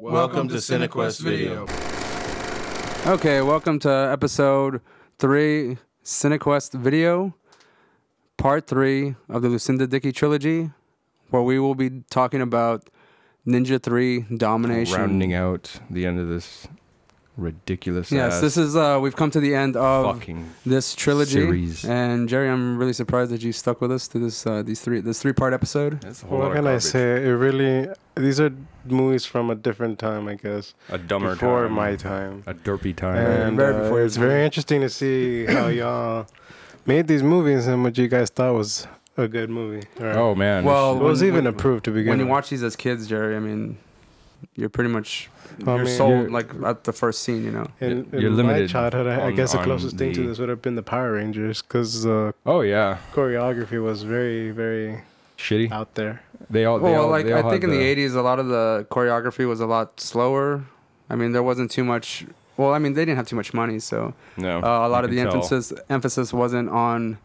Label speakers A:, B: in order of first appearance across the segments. A: Welcome to Cinequest Video.
B: Okay, welcome to episode three, Cinequest Video, part three of the Lucinda Dickey trilogy, where we will be talking about Ninja Three Domination.
A: Rounding out the end of this ridiculous.
B: Yes,
A: ass
B: this is uh, we've come to the end of
A: fucking.
B: this trilogy,
A: series.
B: and Jerry, I'm really surprised that you stuck with us to this uh, these three this three part episode.
A: That's a whole
C: What
A: lot
C: can
A: of
C: I
A: garbage.
C: say? It really. These are movies from a different time, I guess.
A: A dumber
C: before
A: time.
C: my time.
A: A derpy time.
C: And
B: Very
C: uh,
B: before your
C: it's
B: time.
C: very interesting to see how y'all made these movies and what you guys thought was a good movie. Or
A: oh man.
B: Well,
C: what was
B: when-
C: even
B: when-
C: approved to begin
B: When you
C: with.
B: watch these as kids, Jerry, I mean, you're pretty much
C: I
B: you're
C: mean,
B: sold
C: you're-
B: like at the first scene, you know.
C: In,
A: You're
C: in my
A: limited
C: childhood, I, I
A: on-
C: guess the
A: on
C: closest thing to
A: the-
C: this would have been the Power Rangers because uh,
A: oh yeah.
C: choreography was very, very
A: Shitty.
C: out there.
A: They all. They
B: Uh, well,
A: all,
B: like
A: they all
B: I think
A: had
B: in the '80s, a lot of the choreography was a lot slower. I mean, there wasn't too much. Well, I mean, they didn't have too much money, so
A: No.
B: uh, a lot
A: you
B: of the
A: Oh, can tell.
B: emphasis emphasis wasn't on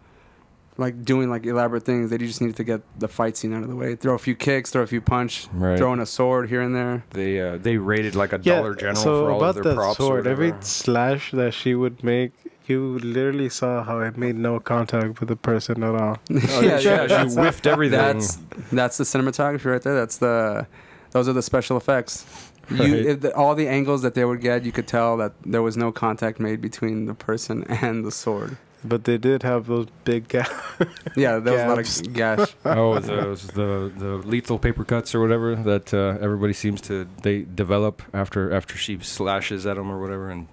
B: like doing like elaborate things. They just needed to get the fight scene out of the way. Throw a few kicks, throw a few punch,
A: Right.
B: throw in a sword here and there.
A: They uh, they rated like a Dollar General
C: so
A: for all
C: about
A: of their
C: that
A: props. or
C: sword, every
A: whatever.
C: slash that she would make, you literally saw how it made no contact with the person at all.
A: Oh, yeah, yeah, she whiffed everything.
B: That's that's the cinematography right there. That's the those are the special effects. You,
A: Right.
B: if the, all the angles that they would get, you could tell that there was no contact made between the person and the sword.
C: But they did have those big gaps.
B: Yeah, there was
C: Gaps.
B: a lot of gash.
A: oh, those the the lethal paper cuts or whatever that uh, everybody seems to they develop after after she slashes at them or whatever and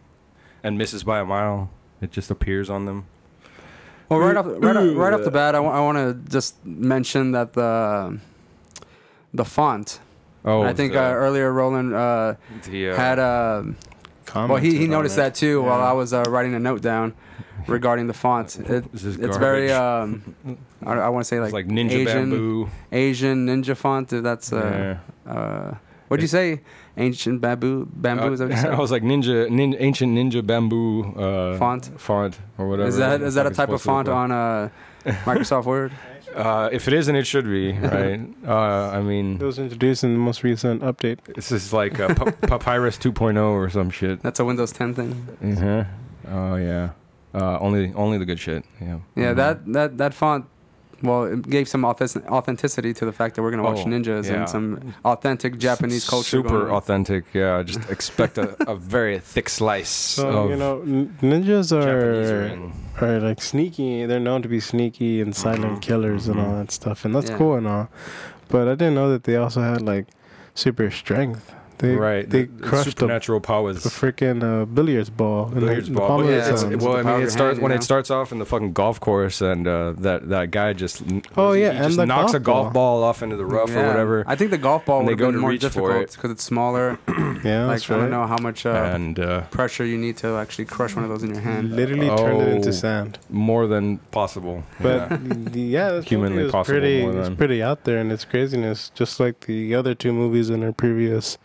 A: and misses by a mile. It just appears on them.
B: Well, right off right, off- right off the bat, I want to just mention that the the font.
A: Oh,
B: I think
A: the,
B: uh, earlier Roland uh,
A: the, uh,
B: had a. well, he, he noticed that too while I was uh, writing a note down regarding the font. It,
A: This is
B: it's very
A: garbage.
B: um, I, want to say like,
A: it's like ninja
B: Asian
A: bamboo.
B: Asian ninja font. if That's uh, uh, what'd you say? Ancient bamboo bamboo is that what you
A: Uh, I
B: said?
A: was like ninja, nin, ancient ninja bamboo uh,
B: Font?
A: font or whatever.
B: Is that is that
A: Fuck
B: a
A: it's
B: type of
A: supposed
B: font
A: to look
B: on uh, Microsoft Word?
A: like. Uh, if it isn't, it should be right. uh, I
C: It
A: mean,
C: was introduced in the most recent update.
A: this is like a pa- papyrus 2.0 or some shit.
B: That's a Windows 10 thing.
A: Uh-huh. Oh yeah. Uh, only only the good shit. Yeah.
B: Yeah,
A: Mhm.
B: that, that that font, well, it gave some authentic- authenticity to the fact that we're gonna watch
A: Oh,
B: ninjas
A: yeah.
B: and some authentic Japanese culture.
A: Super
B: going on.
A: authentic. Yeah. Just expect a, a very thick slice
C: So
A: of
C: you know, n- ninjas
A: Japanese
C: are
A: ring.
C: are like sneaky. They're known to be sneaky and silent
A: Mhm,
C: killers and all
A: mhm.
C: that stuff, and that's
B: Yeah.
C: cool and all. But I didn't know that they also had like super strength. They
A: right.
C: They
A: the- the
C: crushed a, a
A: supernatural powers.
C: freaking uh, billiards ball. in the-
A: Billiards
C: the
A: ball.
C: palm
A: But
C: of their
B: yeah,
A: it's-
C: hands.
B: hands.
A: well, I mean,
B: Power
A: it starts
B: hand,
A: when
B: you know?
A: it starts off in the fucking golf course, and uh, that that guy just
C: Oh,
A: he
C: yeah,
A: just
C: and the
A: knocks
C: golf
A: a golf ball. off into the rough
B: Yeah.
A: or whatever,
B: I think the golf ball
A: And they
B: would have
A: go to
B: been more
A: reach for
B: difficult
A: it.
B: because it's smaller. like
C: yeah, that's
B: I
C: right.
B: don't know how much uh,
A: and uh,
B: pressure you need to actually crush one of those in your hand.
C: Literally turned it
A: Oh.
C: into sand.
A: more than possible.
C: But
A: Yeah.
C: yeah, this
A: Humanly
C: movie was
A: possible
C: pretty,
A: more
C: it's
A: than-
C: pretty out there in its craziness, just like the other two movies in our previous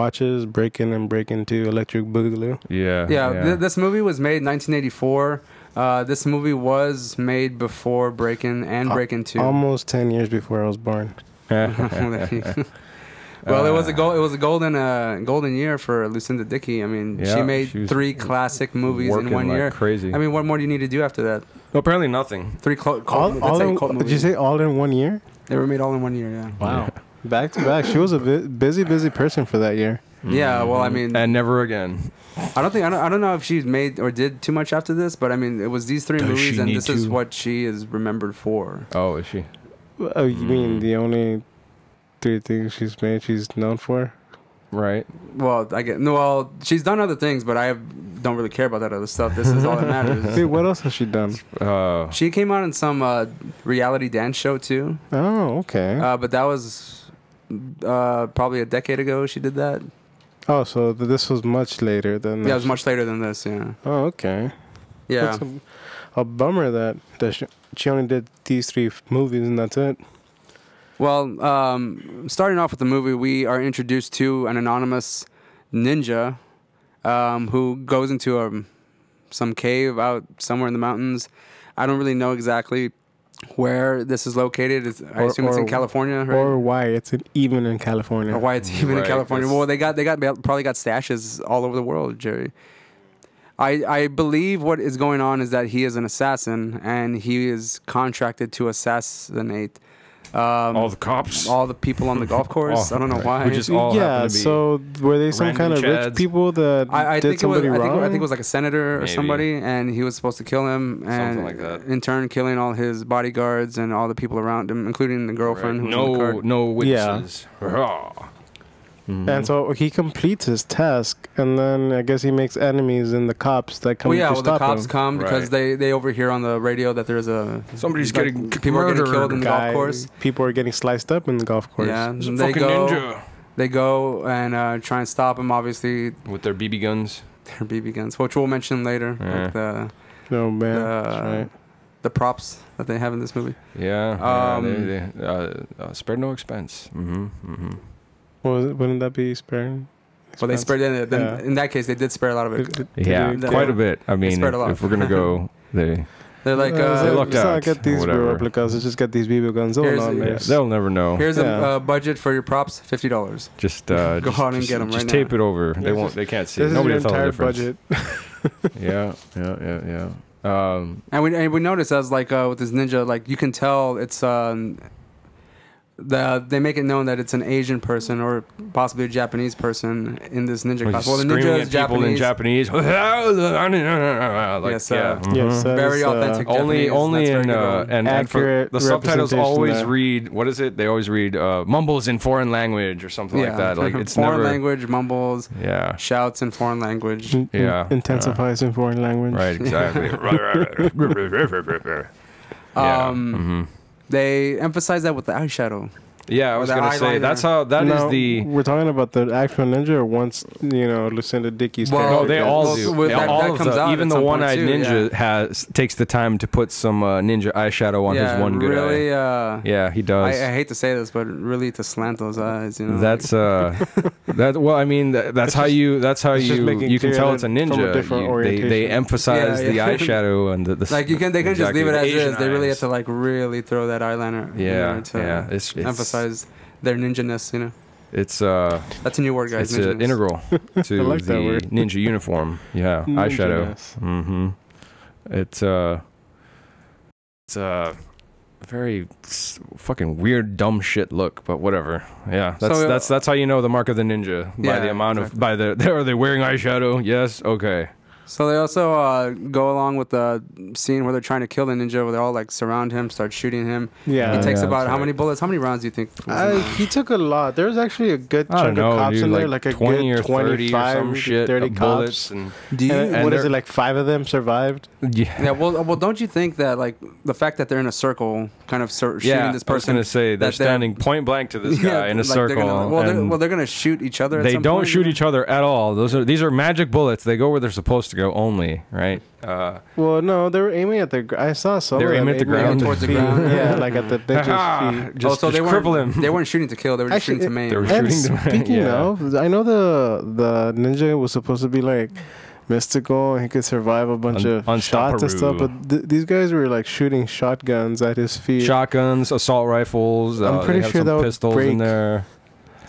C: watches, Breaking and Breaking Two, Electric Boogaloo.
A: yeah,
B: yeah, Th- this movie was made in 1984. Uh, this movie was made before Breakin' and
C: Uh,
B: Breakin' Two.
A: um,
C: Almost ten years before I was born.
B: well, it was a gold, it was a golden uh, golden year for Lucinda Dickey. I mean,
A: Yeah,
B: she made
A: she was
B: three classic movies in
A: Working
B: one
A: like
B: year.
A: crazy.
B: I mean, what more do you need to do after that?
A: Well, apparently nothing.
B: Three clo- cult,
C: All,
B: let's
C: all
B: say
C: in,
B: cult
C: did you
B: movies.
C: say all in one year?
B: They were made all in one year. Yeah.
A: Wow.
C: Back to back. She was a bu- busy, busy person for that year.
B: Yeah. Well, I mean,
A: Mm-hmm. And never again.
B: I don't think I don't, I don't know if she made or did too much after this, but I mean, it was these three
A: Does
B: movies,
A: she
B: and
A: need
B: this is
A: to?
B: what she is remembered for.
A: Oh, is she?
C: Oh, you mean the only three things she's made? She's known for.
A: Right.
B: Well, I get no. Well, she's done other things, but I have, don't really care about that other stuff. This is all that
C: Hey,
B: matters.
C: what else has she done?
A: Uh,
B: she came out in some uh, reality dance show too,
C: Oh, okay.
B: uh, but that was uh, probably a decade ago. She did that.
C: oh, so th- this was much later than.
B: Yeah, it was
C: this.
B: much later than this. Yeah,
C: Oh, okay.
B: yeah.
C: That's a, a bummer that, that she, she only did these three f- movies and that's it.
B: Well, um, starting off with the movie, we are introduced to an anonymous ninja um, who goes um, into a, some cave out somewhere in the mountains. I don't really know exactly where this is located. Is, I
C: Or-
B: assume it's in
C: or-
B: California, right?
C: Or why it's in, even in California.
B: or why it's even in
A: Right,
B: California.
A: that's-
B: Well, they got they got probably got stashes all over the world, Jerry. I I believe what is going on is that he is an assassin and he is contracted to assassinate
A: all
B: um, all,
A: the cops.
B: the, people on the golf course.
A: All-
B: I don't know why.
A: Which is all
C: yeah,
A: happen to be
C: so were they some kind of
A: random
C: rich
A: Chads.
C: people that
B: I, I
C: did
B: think it was,
C: somebody
B: I think,
C: wrong?
B: I think it was like a senator or
A: Maybe.
B: somebody, and he was supposed to kill him, and
A: Something like that.
B: in turn killing all his bodyguards and all the people around him, including the girlfriend.
A: Right.
B: Who was on the
A: No,
B: card.
A: no
C: Yeah.
A: witnesses. Hurrah. Hmm.
C: And so he completes his task, and then I guess he makes enemies in the cops that come
B: Well, Oh, yeah,
C: to
B: well, the
C: stop
B: cops
C: him.
B: come because
A: Right.
B: they they overhear on the radio that there's a
A: Somebody's
B: like,
A: getting
B: people are getting killed in the golf
C: Guy-
B: course.
C: People are getting sliced up in the golf course.
B: Yeah,
A: There's a
B: they
A: fucking
B: go
A: ninja
B: they go and uh, try and stop him. Obviously,
A: with their BB guns.
B: their BB guns, which we'll mention later,
A: Yeah.
B: like the
C: Oh man, that's
B: The-
C: right.
B: the props that they have in this movie.
A: Yeah, yeah,
B: Um,
A: they, they, uh, uh, spared no expense. Mm-hmm, mm-hmm.
C: What was it? Wouldn't that be sparing?
B: Well, they spared in,
C: Yeah.
B: in that case they did spare a lot of it.
C: Did- did- did
A: Yeah,
C: they-
B: They-
A: quite a bit. I mean,
B: spared a lot.
A: if we're gonna go, they
B: They're like,
C: it's
A: they
B: uh,
A: lucked
C: let's
A: out,
C: not get these
A: whatever.
C: replicas. Let's just get these BB guns. They'll
B: Here's-
C: know
B: yeah,
A: yeah,
C: this.
A: they'll never know.
B: here's a
C: Yeah.
B: uh, budget for your props, fifty dollars.
A: Just uh,
B: Go
A: just,
B: on and
A: just-
B: get 'em
A: Just
B: right
A: tape
B: now.
A: it over. They
C: This
A: won't.
C: is-
A: They can't see.
C: This
A: it.
C: is
A: Nobody
C: your
A: will tell the
C: entire
A: difference.
C: budget.
A: yeah, yeah, yeah, yeah. Um,
B: And we and we noticed as like uh, with this ninja, like you can tell it's um, the they make it known that it's an Asian person or possibly a Japanese person in this ninja class.
A: just
B: Well, the
A: screaming
B: ninja
A: at
B: is
A: people in
B: Japanese.
A: Japanese. like,
B: Yes, uh,
A: yeah. mhm.
C: Yes, that
B: Very
C: is, uh,
B: authentic.
A: only
B: Japanese,
A: only
B: that's very
A: in
B: good
A: uh,
B: one.
A: and, and for-
C: Accurate
A: the subtitles
C: representation
A: always
C: there.
A: read what is it they always read uh, mumbles in foreign language or something like that like it's
B: foreign
A: never
B: language mumbles,
A: yeah
B: shouts in foreign language.
C: in- in-
A: Yeah. Uh,
C: intensifies in foreign language.
A: right exactly yeah.
B: Um,
A: mhm.
B: They emphasize that with the eyeshadow.
A: yeah I
B: or
A: was
B: the
A: gonna say
B: eyeliner.
A: that's how that is
C: Now,
A: the
C: we're talking about the actual ninja, or once you know Lucinda Dickey's.
B: Well,
A: no, they
B: yeah.
A: all
B: Well,
A: do.
B: well,
A: They-
B: that-
A: all
B: that
A: of
B: comes
A: the,
B: out
A: even
B: at
A: the
B: some point
A: one-eyed
B: too,
A: ninja has takes the time to put some uh, ninja eyeshadow on
B: yeah,
A: his one good eye.
B: really. Uh,
A: Yeah, he
B: I, I
A: does.
B: hate to say this, but really to slant those eyes, you know.
A: That's uh, that. Well, I mean, that, that's
C: It's
A: how
C: just-
A: you. That's how
C: it's just
A: you.
C: making
A: You can
C: clear
A: tell
C: that
A: it's a
C: from a
A: ninja.
C: different
A: You- they they
C: orientation.
A: emphasize
B: Yeah, yeah.
A: the eyeshadow and the, the
B: like you can they can just
A: exactly,
B: leave it
A: the
B: as
A: Asian
B: is. They really have
A: eyes.
B: to like really throw that eyeliner. you
A: Yeah,
B: know, to
A: yeah. It's, it's
B: emphasize their ninja ness. You know,
A: It's uh,
B: that's a new word, guys.
A: it's uh,
B: ninja-ness.
A: integral to
C: like
A: the
C: that word.
A: ninja uniform. Yeah, eyeshadow. Mm-hmm. It's uh, it's uh, very s- fucking weird, dumb shit look, but whatever. Yeah, that's
B: So, uh,
A: that's that's how you know the mark of the ninja by
B: Yeah,
A: the amount
B: exactly.
A: of by the are they wearing eyeshadow? Yes, okay.
B: So they also uh, go along with the scene where they're trying to kill the ninja, where they all like surround him, start shooting him.
C: Oh, Yeah,
B: he
A: Uh,
B: takes
A: yeah,
B: about
A: that's
B: how
A: right.
B: many bullets? How many rounds do you think? was
C: I,
B: in
C: he took a lot. There was actually a good
A: I don't
C: chunk
A: know,
C: of cops
A: dude,
C: in there,
A: like,
C: like, a
A: 20
C: good
A: or 30 or some
C: 25,
A: shit,
C: 30
A: uh,
C: cops.
A: bullets and
B: that? do you?
C: And
A: And
C: what is
A: they're-
C: it? Like five of them survived.
A: yeah.
B: Uh, yeah. Well, well, don't you think that like the fact that they're in a circle, kind of sur- shooting this
A: I
B: person?
A: was gonna say they're
B: that they're-
A: standing point blank to this
B: Yeah,
A: guy in a
B: like, they're
A: circle.
B: Gonna, well, they're,
A: and
B: well, they're gonna shoot each other. At
A: they
B: some
A: don't
B: point,
A: shoot each other at all. Those are these are magic bullets. They go where they're supposed to go only, right? Uh,
C: Well, no, they were aiming at the. gr- I saw some.
A: They were
C: of them
A: aiming at the ground.
B: Towards the
C: feet.
B: ground.
C: yeah, like at the ninja's
A: just
C: feet.
A: just,
B: oh, so they weren't-
A: cripple him.
B: They weren't shooting to kill. They were just shooting to maim.
C: Actually,
A: they were
C: And
A: shooting them,
C: speaking
A: yeah.
C: of, I know the the ninja was supposed to be like mystical and he could survive a bunch
A: Un-
C: of shots and stuff,
A: unstopperoo.
C: but th- these guys were like shooting shotguns at his feet.
A: Shotguns, assault rifles.
C: I'm
A: uh, they
C: pretty
A: have
C: sure
A: some
C: that would
A: pistols in
C: break.
A: there.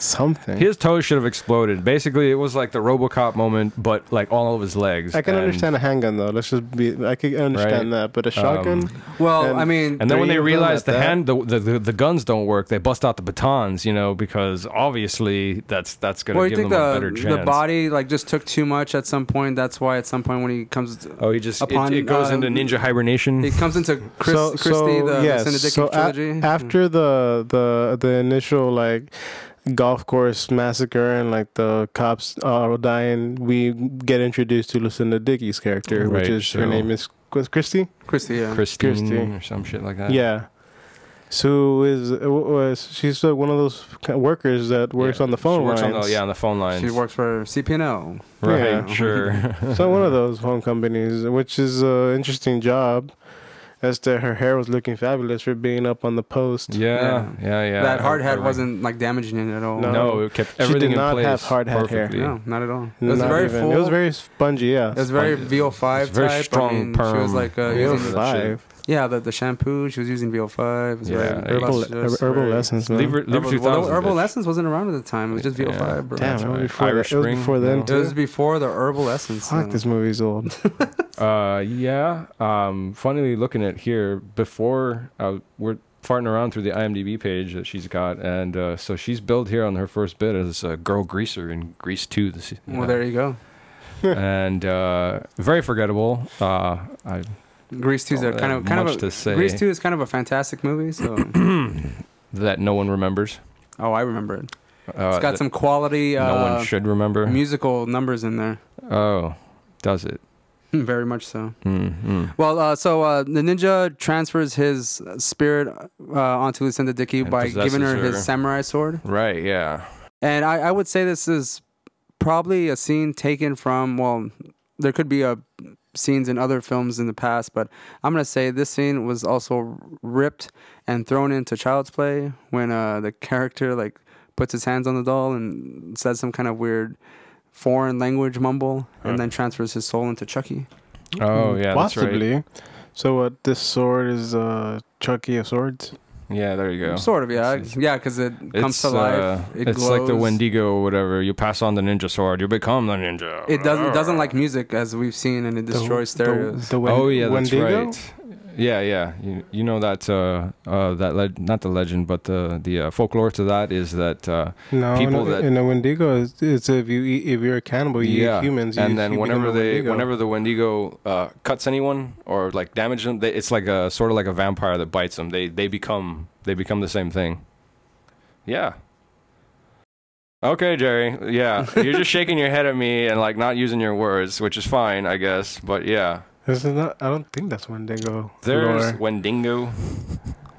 C: Something.
A: His toes should have exploded. Basically, it was like the RoboCop moment, but like all of his legs.
C: I can
A: And-
C: understand a handgun though. Let's just be. I can understand that, but a shotgun.
A: Um,
B: Well,
C: And-
B: I mean,
A: And then when they
C: Three of them
A: realize
C: at
A: the
C: that.
A: hand, the, the the the guns don't work, they bust out the batons, you know, because obviously that's that's gonna
B: well, you
A: give
B: think uh,
A: them a better
B: the
A: chance.
B: the body like just took too much at some point. That's why at some point when he comes,
A: oh, he just it-
B: upon,
A: it, goes
B: uh,
A: into ninja hibernation.
B: he comes into Chris,
C: so,
B: Christie,
C: so,
B: the
C: yes,
B: Lucinda Dickey
C: so a-
B: trilogy. Mm.
C: after the the the initial like golf course massacre and like the cops are dying, we get introduced to Lucinda Dickey's character, which
A: Right,
C: is her
A: so-
C: name is Chris- Christy.
B: Mm. Christie, yeah.
A: Christine
C: Christine.
A: or some shit like that.
C: Yeah. So is was she's uh, one of those ki- workers that works
A: Yeah.
C: on the phone
A: she works
C: lines.
A: On the, yeah, on the phone lines.
B: she works for CPNL.
A: right,
C: yeah.
A: sure.
C: So one of those phone companies, which is an interesting job. as to her hair was looking fabulous for being up on the post.
A: Yeah, yeah, yeah.
B: that hard
A: I-
B: hat
A: I-
B: wasn't like damaging it at all.
C: No.
A: No, it kept
C: did
A: everything
C: not
A: in place.
C: have hard hat hair.
A: perfectly.
B: no, not at all. It
C: Not
B: was very
C: even-
B: full.
C: It was very spongy. Yeah.
B: It was very VO5
A: It's very
B: type.
A: strong
B: I mean, She
A: perm.
B: was like uh,
A: Oh, Yeah.
B: using,
A: that shit.
C: five
B: yeah, the, the shampoo. She was using VO5. It was
A: Yeah,
B: very
A: it-
C: herbal
B: luscious,
C: herbal
B: very-
C: essence. Man.
A: Leave her, leave her
B: Herbal,
A: 2000.
B: well, herbal
A: bitch.
B: essence wasn't around at the time. It was just VO5,
A: Yeah.
B: bro.
C: Damn,
A: That's
C: it was
A: right.
C: before
A: Irish
C: that. It was
A: Spring,
C: before then.
A: no.
B: It was before the herbal essence.
C: Fuck,
B: then.
C: this movie's old.
A: Uh, yeah. Um, funnily looking at here, before uh, we're farting around through the IMDb page that she's got, and uh, so she's billed here on her first bit as a girl greaser in Grease Two. This, you
B: Well,
A: know.
B: there you go.
A: and uh, very forgettable. Uh, I
B: Grease 2 is a
A: don't
B: kind
A: have
B: of kind
A: Oh, uh, much
B: of
A: to
B: a,
A: say
B: Grease 2 is kind of a fantastic movie. So
A: that no one remembers.
B: oh, I remember it.
A: Uh,
B: It's got
A: that
B: some quality
A: no
B: uh,
A: one should remember.
B: musical numbers in there. Hmm,
A: oh, does it?
B: Very much so.
A: Mm, mm.
B: Well, uh, so uh, the ninja transfers his spirit uh, onto Lucinda Dickey
A: And
B: by giving her,
A: possesses her.
B: his samurai sword,
A: Right. Yeah.
B: and I, I would say this is probably a scene taken from. Well, there could be a scenes in other films in the past, but I'm gonna say this scene was also ripped and thrown into Child's Play when uh, the character like puts his hands on the doll and says some kind of weird foreign language mumble,
A: Huh.
B: and then transfers his soul into Chucky.
A: Oh, yeah. That's right.
C: Possibly. So what? This sword is uh, Chucky of swords.
A: Yeah. There you go.
B: Sort of, yeah,
A: It's-
B: yeah, because it comes to
A: uh,
B: life. It
A: it's like the
B: glows.
A: Wendigo or whatever. You pass on the ninja sword, you become the ninja.
B: It doesn't it doesn't like music as we've seen, and it
C: The-
B: destroys
C: the-
B: stereos.
C: the Wen-
A: oh yeah, that's
C: Wendigo?
A: right. Yeah, yeah. You, you know that uh, uh, that le- not the legend, but the the uh, folklore to that is that uh, People
C: No, people
A: that-
C: in a Wendigo, it's, it's if you eat, if you're a cannibal, you
A: yeah,
C: eat humans. You,
A: and
C: you
A: then
C: become
A: whenever
C: a
A: they
C: Wendigo.
A: whenever the Wendigo uh, cuts anyone or like damages them, they, it's like a sort of like a vampire that bites them. They they become they become the same thing. Yeah. Okay, Jerry. Yeah, you're just shaking your head at me and like not using your words, which is fine, I guess. But yeah,
C: this is not. I don't think that's Wendigo.
A: there's
C: lore.
A: Wendigo.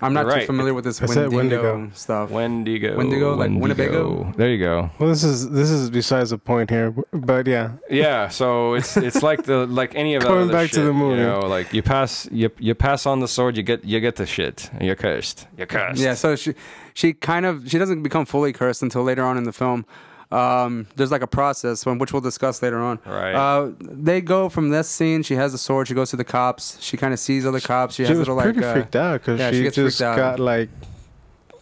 B: I'm not
A: you're
B: too
A: right.
B: familiar with this
C: I said
B: Wendigo,
C: Wendigo.
B: stuff.
A: Wendigo.
B: Wendigo, like Winnebago?
A: There you go.
C: Well, this is this is besides the point here, but yeah,
A: Yeah, so it's it's like the like any of that
C: Going
A: other
C: back to
A: shit,
C: the movie.
A: You know, like you pass you you pass on the sword, you get you get the shit. You're cursed. You're cursed.
B: Yeah, so she she kind of she doesn't become fully cursed until later on in the film. Um, there's like a process when which we'll discuss later on.
A: Right.
B: Uh, they go from this scene. She has a sword. She goes to the cops. She kind of sees other cops. She,
C: she
B: has
C: was
B: little like
C: pretty
B: uh,
C: freaked out because
B: yeah, she
C: she,
B: gets
C: just
B: freaked out.
C: got like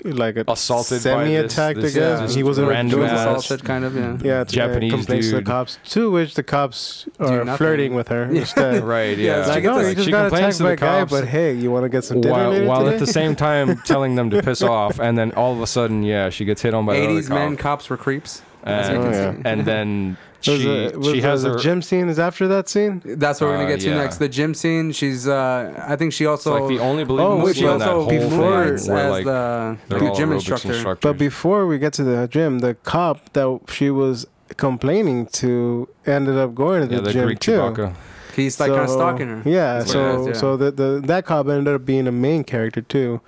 C: like a
A: Assaulted by
C: semi
A: this-
C: attack. I
A: this
C: guess
B: Yeah.
C: he wasn't really
A: random
C: doing
B: was
A: ass-
C: assault.
B: assaulted, kind of. Yeah.
C: Yeah, to- uh,
A: Japanese
C: complains to the
A: dude.
C: cops. To which the cops are
B: nothing.
C: flirting with her
B: Yeah.
C: instead.
A: Right.
B: Yeah,
A: Yeah.
B: she
C: Like,
B: gets
C: oh,
B: a-
C: you
B: like,
C: just got attacked by a guy, but hey, you want to get some dinner
A: while,
C: later
A: while
C: today?
A: at the same time telling them to piss off, and then all of a sudden, yeah, she gets hit on by another
B: 80s
A: cop,
B: men cops were creeps. as we
A: and,
B: can
C: Oh,
B: see.
A: and then
C: Was
A: she
C: it- was
A: she
C: it-
A: has
C: the
A: her
C: gym scene is after that scene.
B: That's what we're gonna
A: Uh,
B: get to
A: yeah.
B: next. The gym scene. She's. Uh, I think she
A: it's
B: also.
A: like the only believable
C: Oh, which
A: scene in that
C: also
A: whole
C: before
A: thing
B: as
A: where like
B: the,
A: they're
B: the
A: all
B: gym
A: aerobics
B: instructor.
A: instructors.
C: But before we get to the gym, the cop that she was complaining to ended up going to
A: yeah,
C: the,
A: the
C: gym
A: Greek
C: too.
A: Chewbacca.
B: He's like kind of
C: So-
B: stalking her.
C: Yeah,
B: That's
A: what it
C: so
B: is, yeah.
C: so the, the that cop ended up being a main character too.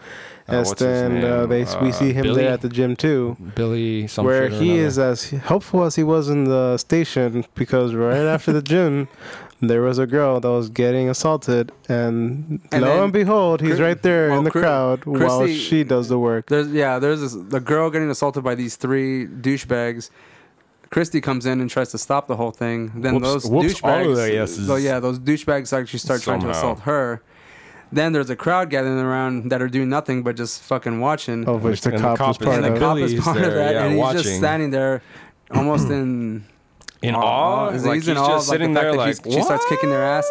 A: Uh,
C: As
A: what's his
C: then uh,
A: name?
C: they we
A: Uh,
C: see him
A: Billy?
C: there at the gym too,
A: Billy, something
C: where he is as helpful as he was in the station because right after the gym, there was a girl that was getting assaulted, and,
B: And
C: lo
B: then
C: and behold, he's
B: Chris-
C: right there
B: well,
C: in the
B: Chris-
C: crowd while
B: Christy-
C: she does the work.
B: There's yeah. There's this, the girl getting assaulted by these three douchebags. Christy comes in and tries to stop the whole thing. Then
A: Whoops-
B: those
A: whoops all
B: douchebags.
A: of their yeses.
B: so yeah, those douchebags actually start trying to
A: Somehow.
B: assault her. Then there's a crowd gathering around that are doing nothing but just fucking watching.
C: Of which the
A: And the
C: cop
A: cop
C: was
A: is-
C: part
B: and the
C: of.
B: cop is
A: Billy's
B: part of
A: there,
B: that,
A: yeah,
B: and he's just
A: watching.
B: standing there, almost in
A: in awe.
B: He's,
A: like,
B: he's in awe of, like,
A: sitting
B: the fact
A: there
B: that
A: like
B: she's- she starts kicking their ass.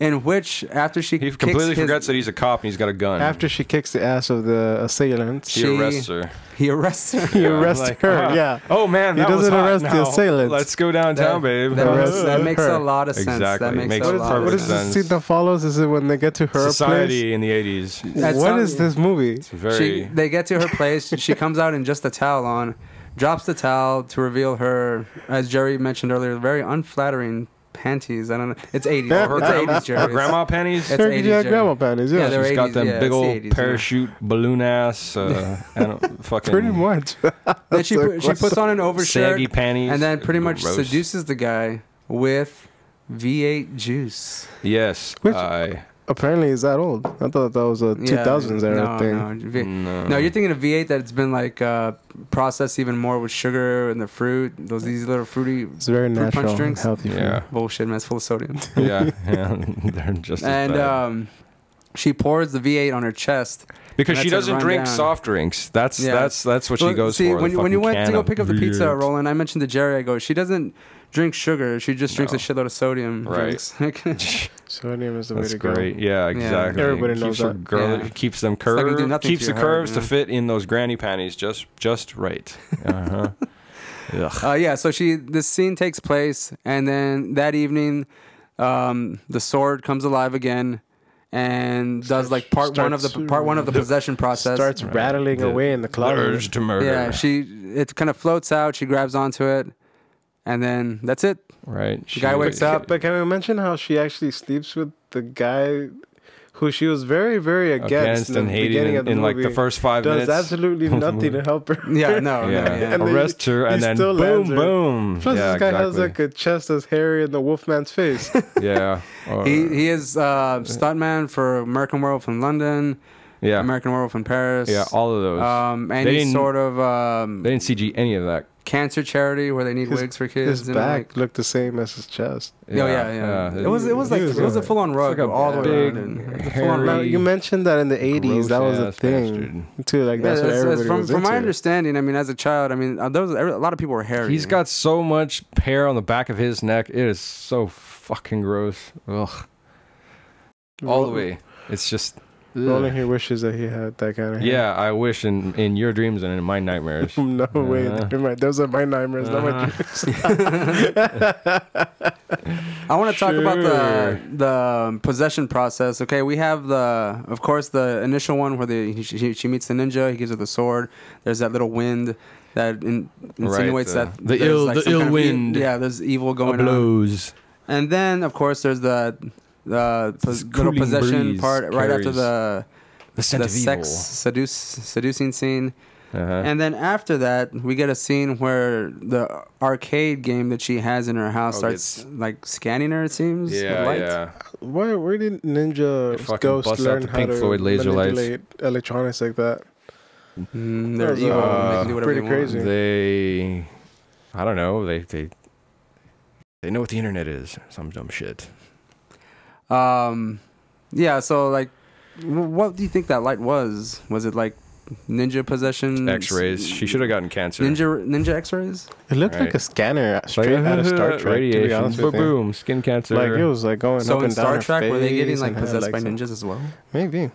B: In which, after she
A: He
B: kicks
A: completely
B: his-
A: forgets that he's a cop and he's got a gun.
C: After she kicks the ass of the assailant,
A: she
B: she-
A: arrests her.
B: he arrests her.
C: he arrests
A: like,
C: her.
A: ah.
C: Yeah,
A: Oh man,
C: He that was doesn't hot arrest the now. assailant.
A: Let's go downtown, babe.
B: That,
C: Arrests
B: makes- that makes
C: her.
B: a lot of sense. That
A: Exactly.
B: makes,
A: Makes
B: a
C: What is,
B: lot
A: perfect
C: what
B: of
C: is
B: sense.
C: this
A: sense.
C: scene that follows? Is it when they get to her
A: Society in the eighties.
C: place?
B: At
C: What
B: some-
C: is this movie?
A: It's very.
B: She, they get to her place. she comes out in just a towel on, drops the towel to reveal her, as Jerry mentioned earlier, very unflattering panties. I don't know. It's 80s.
A: Oh, her
B: it's
A: gra-
B: 80s,
A: her
B: Jerry.
A: grandma panties.
B: It's
C: Her
B: 80s,
C: yeah,
B: Jerry.
C: grandma panties.
B: Yeah,
C: Yeah,
B: they're
A: She's got
B: 80s,
A: them
B: yeah,
A: big
B: it's
A: old
B: 80s, yeah.
A: parachute balloon ass, uh, and fucking
C: pretty much.
B: Then she, put- she puts on an overshirt
A: saggy panties,
B: and then pretty much
A: Gross.
B: seduces the guy with V8 juice.
A: Yes,
C: Which-
A: I
C: apparently it's that old. I thought that was a two thousands era
B: no,
C: thing.
B: No, V-
A: No.
B: no, you're thinking of V8 that it's been like uh, processed even more with sugar and the fruit. Those these little fruity
C: It's very
B: Fruit punch
C: natural, and
B: drinks?
C: healthy. for
A: Yeah.
C: you.
B: bullshit, man. It's full of sodium.
A: yeah, yeah, they're just as
B: and
A: bad.
B: um, she pours the V8 on her chest.
A: because
B: and
A: she
B: that's it
A: doesn't
B: run
A: drink
B: down.
A: soft drinks. That's
B: Yeah.
A: that's that's what she
B: Well,
A: goes
B: see,
A: for. the
B: when you, when you
A: fucking
B: went to
A: can
B: go
A: of
B: pick up the pizza,
A: beer.
B: Roland, I mentioned to Jerry. I go, she doesn't drink sugar. She just drinks
A: No.
B: a shitload of sodium
A: Right.
B: drinks.
C: Sodium is the way
A: That's
C: to
A: great.
C: go.
A: Yeah, exactly.
C: Everybody
A: keeps
C: knows
A: her
C: that.
A: Girl,
B: Yeah.
A: Keeps them
B: not gonna do
A: curved.
B: nothing to
A: keeps the
B: your heart,
A: curves to
B: yeah.
A: fit in those granny panties just just right. Uh huh.
B: uh, yeah. So she this scene takes place, and then that evening, um, the sword comes alive again. And does
C: Starts-
B: like part one of the
C: starts-
B: part one of the possession process.
C: Starts
A: Right.
C: rattling
A: The-
C: away in the
A: The
C: closet.
A: urge to murder.
B: Yeah, she it kind of floats out. She grabs onto it, and then that's it.
A: right. She,
B: guy wakes up.
C: But can we mention how she actually sleeps with the guy who she was very, very against,
A: against
C: in
A: and
C: the
A: hated
C: beginning
A: in,
C: of the
A: in, like
C: movie?
A: the first five
C: does
A: minutes.
C: absolutely
A: of the
C: nothing to
A: movie.
C: help her.
B: Yeah, no, no,
A: yeah.
B: yeah.
C: And then
A: arrest her
C: he
A: and then
C: still
A: boom,
C: lands her.
A: boom.
C: Plus,
A: yeah,
C: this guy has like
A: exactly.
C: a chest as hairy in the Wolfman's face.
A: yeah. Or-
B: He he is uh, stuntman for American Werewolf in London,
A: yeah,
B: American Werewolf in Paris.
A: yeah. All of those.
B: um, and
A: They
B: he's
A: didn't-
B: sort of um,
A: they didn't CG any of that.
B: cancer charity where they need
C: His-
B: wigs for kids.
C: His
B: and,
C: back
B: Like,
C: looked the same as his chest.
B: oh yeah, yeah. It was it was
C: He
B: like
C: was
B: it was a
C: alright.
B: full on rug
A: like a
B: all the way
A: big,
B: around. and-
A: hairy-
B: it's a full-on
C: Now
B: rug.
A: Really
C: you mentioned that in the '80s, that was a
A: gross-ass
C: thing
A: bastard.
C: too. Like
B: Yeah,
C: that's what
B: that's- that's
C: everybody
B: from
C: was
B: from my
C: into.
B: understanding, I mean, as a child, I mean, uh, there was a lot of people were hairy.
A: He's got so much hair on the back of his neck. It is so fucking gross. Ugh. All the way. It's just.
C: Rolling
A: ugh.
C: here wishes that he had that kind of. hair.
A: Yeah, I wish in, in your dreams and in my nightmares.
C: No way.
A: Uh-huh.
C: Never mind. Those are my nightmares, not my
A: Uh-huh.
B: I want to talk about the
A: Sure.
B: the um, possession process. Okay, we have the, of course, the initial one where the she, she meets the ninja. He gives her the sword. There's that little wind that in, insinuates
A: uh, the-
B: that
A: the
B: there's,
A: ill- the
B: some
A: ill
B: kind of e-
A: wind.
B: yeah, there's evil going on.
A: blows.
B: And then, of course, there's the the pos-
A: This
B: little
A: cooling
B: possession
A: breeze
B: part right after
A: carries
B: the
A: The
B: the
A: scent of
B: sex seduce seducing scene.
A: evil. Uh-huh.
B: And then after that, we get a scene where the arcade game that she has in her house
A: Oh,
B: starts
A: it's-
B: like scanning her. It seems. with
A: yeah,
B: light.
A: yeah.
C: Why? Where did
A: They
C: Ninja
A: fucking
C: Ghost
A: bust out
C: learn
A: the
C: how
A: Pink
C: to
A: Floyd laser lights.
C: manipulate electronics like that?
B: Mm,
C: That
B: they're
C: was,
B: evil.
A: uh,
B: they can do whatever
C: pretty
B: they want.
C: crazy.
A: They, I don't know. They they they know what the internet is. Some dumb shit.
B: Um, yeah. So like, wh- what do you think that light was? Was it like ninja possession?
A: X-rays. She should have gotten cancer.
B: Mm, Ninja ninja X-rays.
C: It looked like
A: Right.
C: a scanner
A: Like,
C: straight out of Star Trek. To be
A: Radiation.
C: honest with you.
A: boom. Skin cancer.
C: Like it was like going
B: so
C: up
B: in
C: and down
B: Star
C: her
B: Trek, were they getting
C: face
B: like
C: and had,
B: possessed by
C: like, some-
B: ninjas as well?
C: Maybe